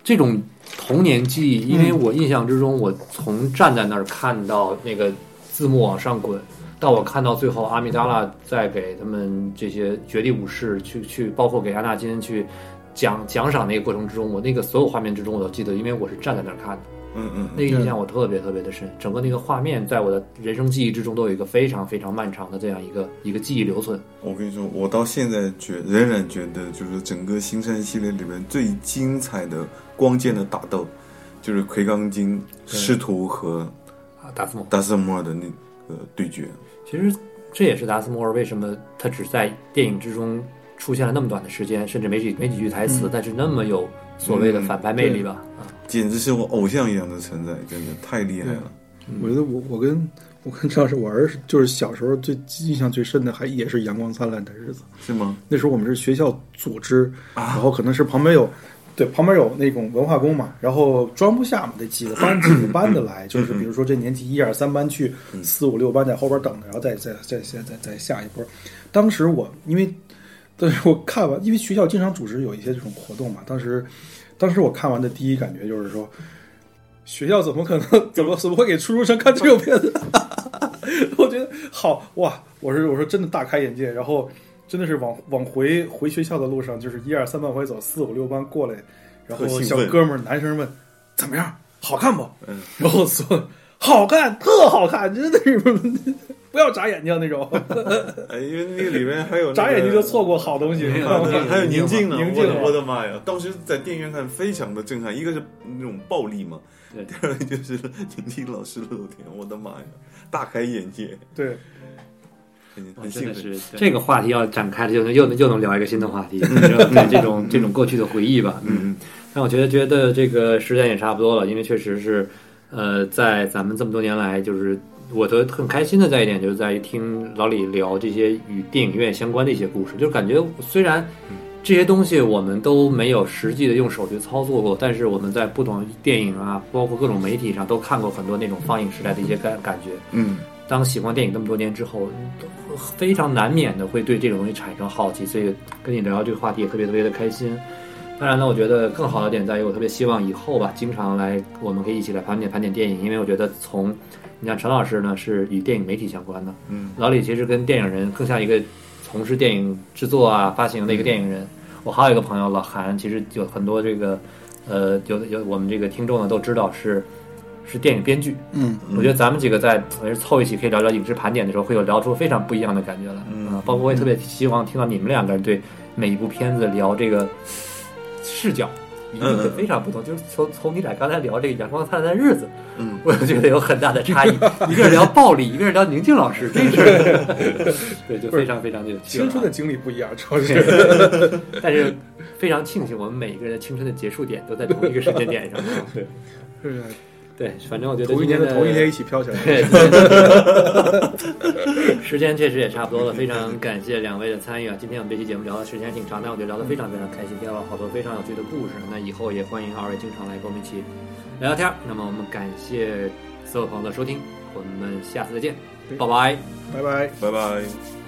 这种童年记忆，因为我印象之中，我从站在那儿看到那个字幕往上滚，到我看到最后阿米达拉在给他们这些绝地武士去去，包括给阿纳金去奖奖赏那个过程之中，我那个所有画面之中我都记得，因为我是站在那儿看的。嗯嗯那个印象我特别特别的深，整个那个画面在我的人生记忆之中都有一个非常非常漫长的这样一个一个记忆留存。我跟你说，我到现在觉仍然觉得，就是整个星山系列里面最精彩的光剑的打斗，就是魁罡金师徒和啊，达斯摩，达斯摩尔的那个对决。其实这也是达斯摩尔为什么他只在电影之中出现了那么短的时间，甚至没几没几句台词，但是那么有所谓的反派魅力吧？啊，简直是我偶像一样的存在，真的太厉害嗯了。 我觉得我我跟我跟张老师，我儿子就是小时候最印象最深的，还也是阳光灿烂的日子。是吗？那时候我们是学校组织，然后可能是旁边有，对，旁边有那种文化宫嘛，然后装不下嘛，得几个班几个班的来，就是比如说这年级一二三班去，四五六班在后边等着，然后再再再再再再下一波。当时我因为，但 是我看完，因为学校经常组织有一些这种活动嘛，当时，当时我看完的第一感觉就是说。学校怎么可能 怎么怎么会给初中生看这种片子？ 我觉得好哇！我说我说真的大开眼界，然后真的是往往回回学校的路上，就是一二三班往回走，四五六班过来，然后特兴小奋哥们儿男生问怎么样，好看不？嗯，然后说好看，特好看，真的是 不要眨眼睛那种，哎，因为那个里面还有那个 眨眼睛就错过好东西。没有知道吗那个还有宁静呢，宁我静的啊我的妈呀！当时在电影院看非常的震撼，一个是那种暴力嘛，对第二个就是宁静老师露脸，我的妈呀，大开眼界，对，很哇很哦真兴的奋。 是这个话题要展开了，就能又能又能聊一个新的话题， 对这种这种过去的回忆吧。嗯，但我觉得觉得这个时间也差不多了，因为确实是，呃，在咱们这么多年来，就是我都很开心的在一点，就是在于听老李聊这些与电影院相关的一些故事，就是感觉虽然嗯这些东西我们都没有实际的用手去操作过，但是我们在不同电影啊，包括各种媒体上都看过很多那种放映时代的一些感感觉。嗯当喜欢电影这么多年之后，都非常难免的会对这种东西产生好奇，所以跟你聊这个话题也特别特别的开心。当然呢，我觉得更好的点在于，我特别希望以后吧，经常来，我们可以一起来盘点盘点电影，因为我觉得从你像陈老师呢是与电影媒体相关的，嗯，老李其实跟电影人更像一个从事电影制作啊、发行的一个电影人。我还有一个朋友老韩，其实有很多这个，呃，有有我们这个听众呢都知道是是电影编剧，嗯，我觉得咱们几个在呃凑一起可以聊聊影视盘点的时候，会有聊出非常不一样的感觉来。嗯啊包括我也特别希望听到你们两个人对每一部片子聊这个视角。一嗯定是非常不同，就是从从你俩刚才聊这个《阳光灿烂的日子》，嗯，我就觉得有很大的差 异。一个是聊暴力，一个是聊宁静老师，这是 对，就非常非常的有趣了青啊春的经历不一样，主要 是啊但是非常庆幸我们每一个人的青春的结束点都在同一个时间点 上。对是对，反正我觉得同一今年天的同一天一起飘起来。 时间确实也差不多了，非常感谢两位的参与啊！今天我们这期节目聊的时间还挺长，但我觉得聊得非常非常开心，听到了好多非常有趣的故事。那以后也欢迎二位经常来跟我们一起聊聊天儿。那么我们感谢所有朋友的收听，我们下次再见，拜拜。拜拜。拜拜。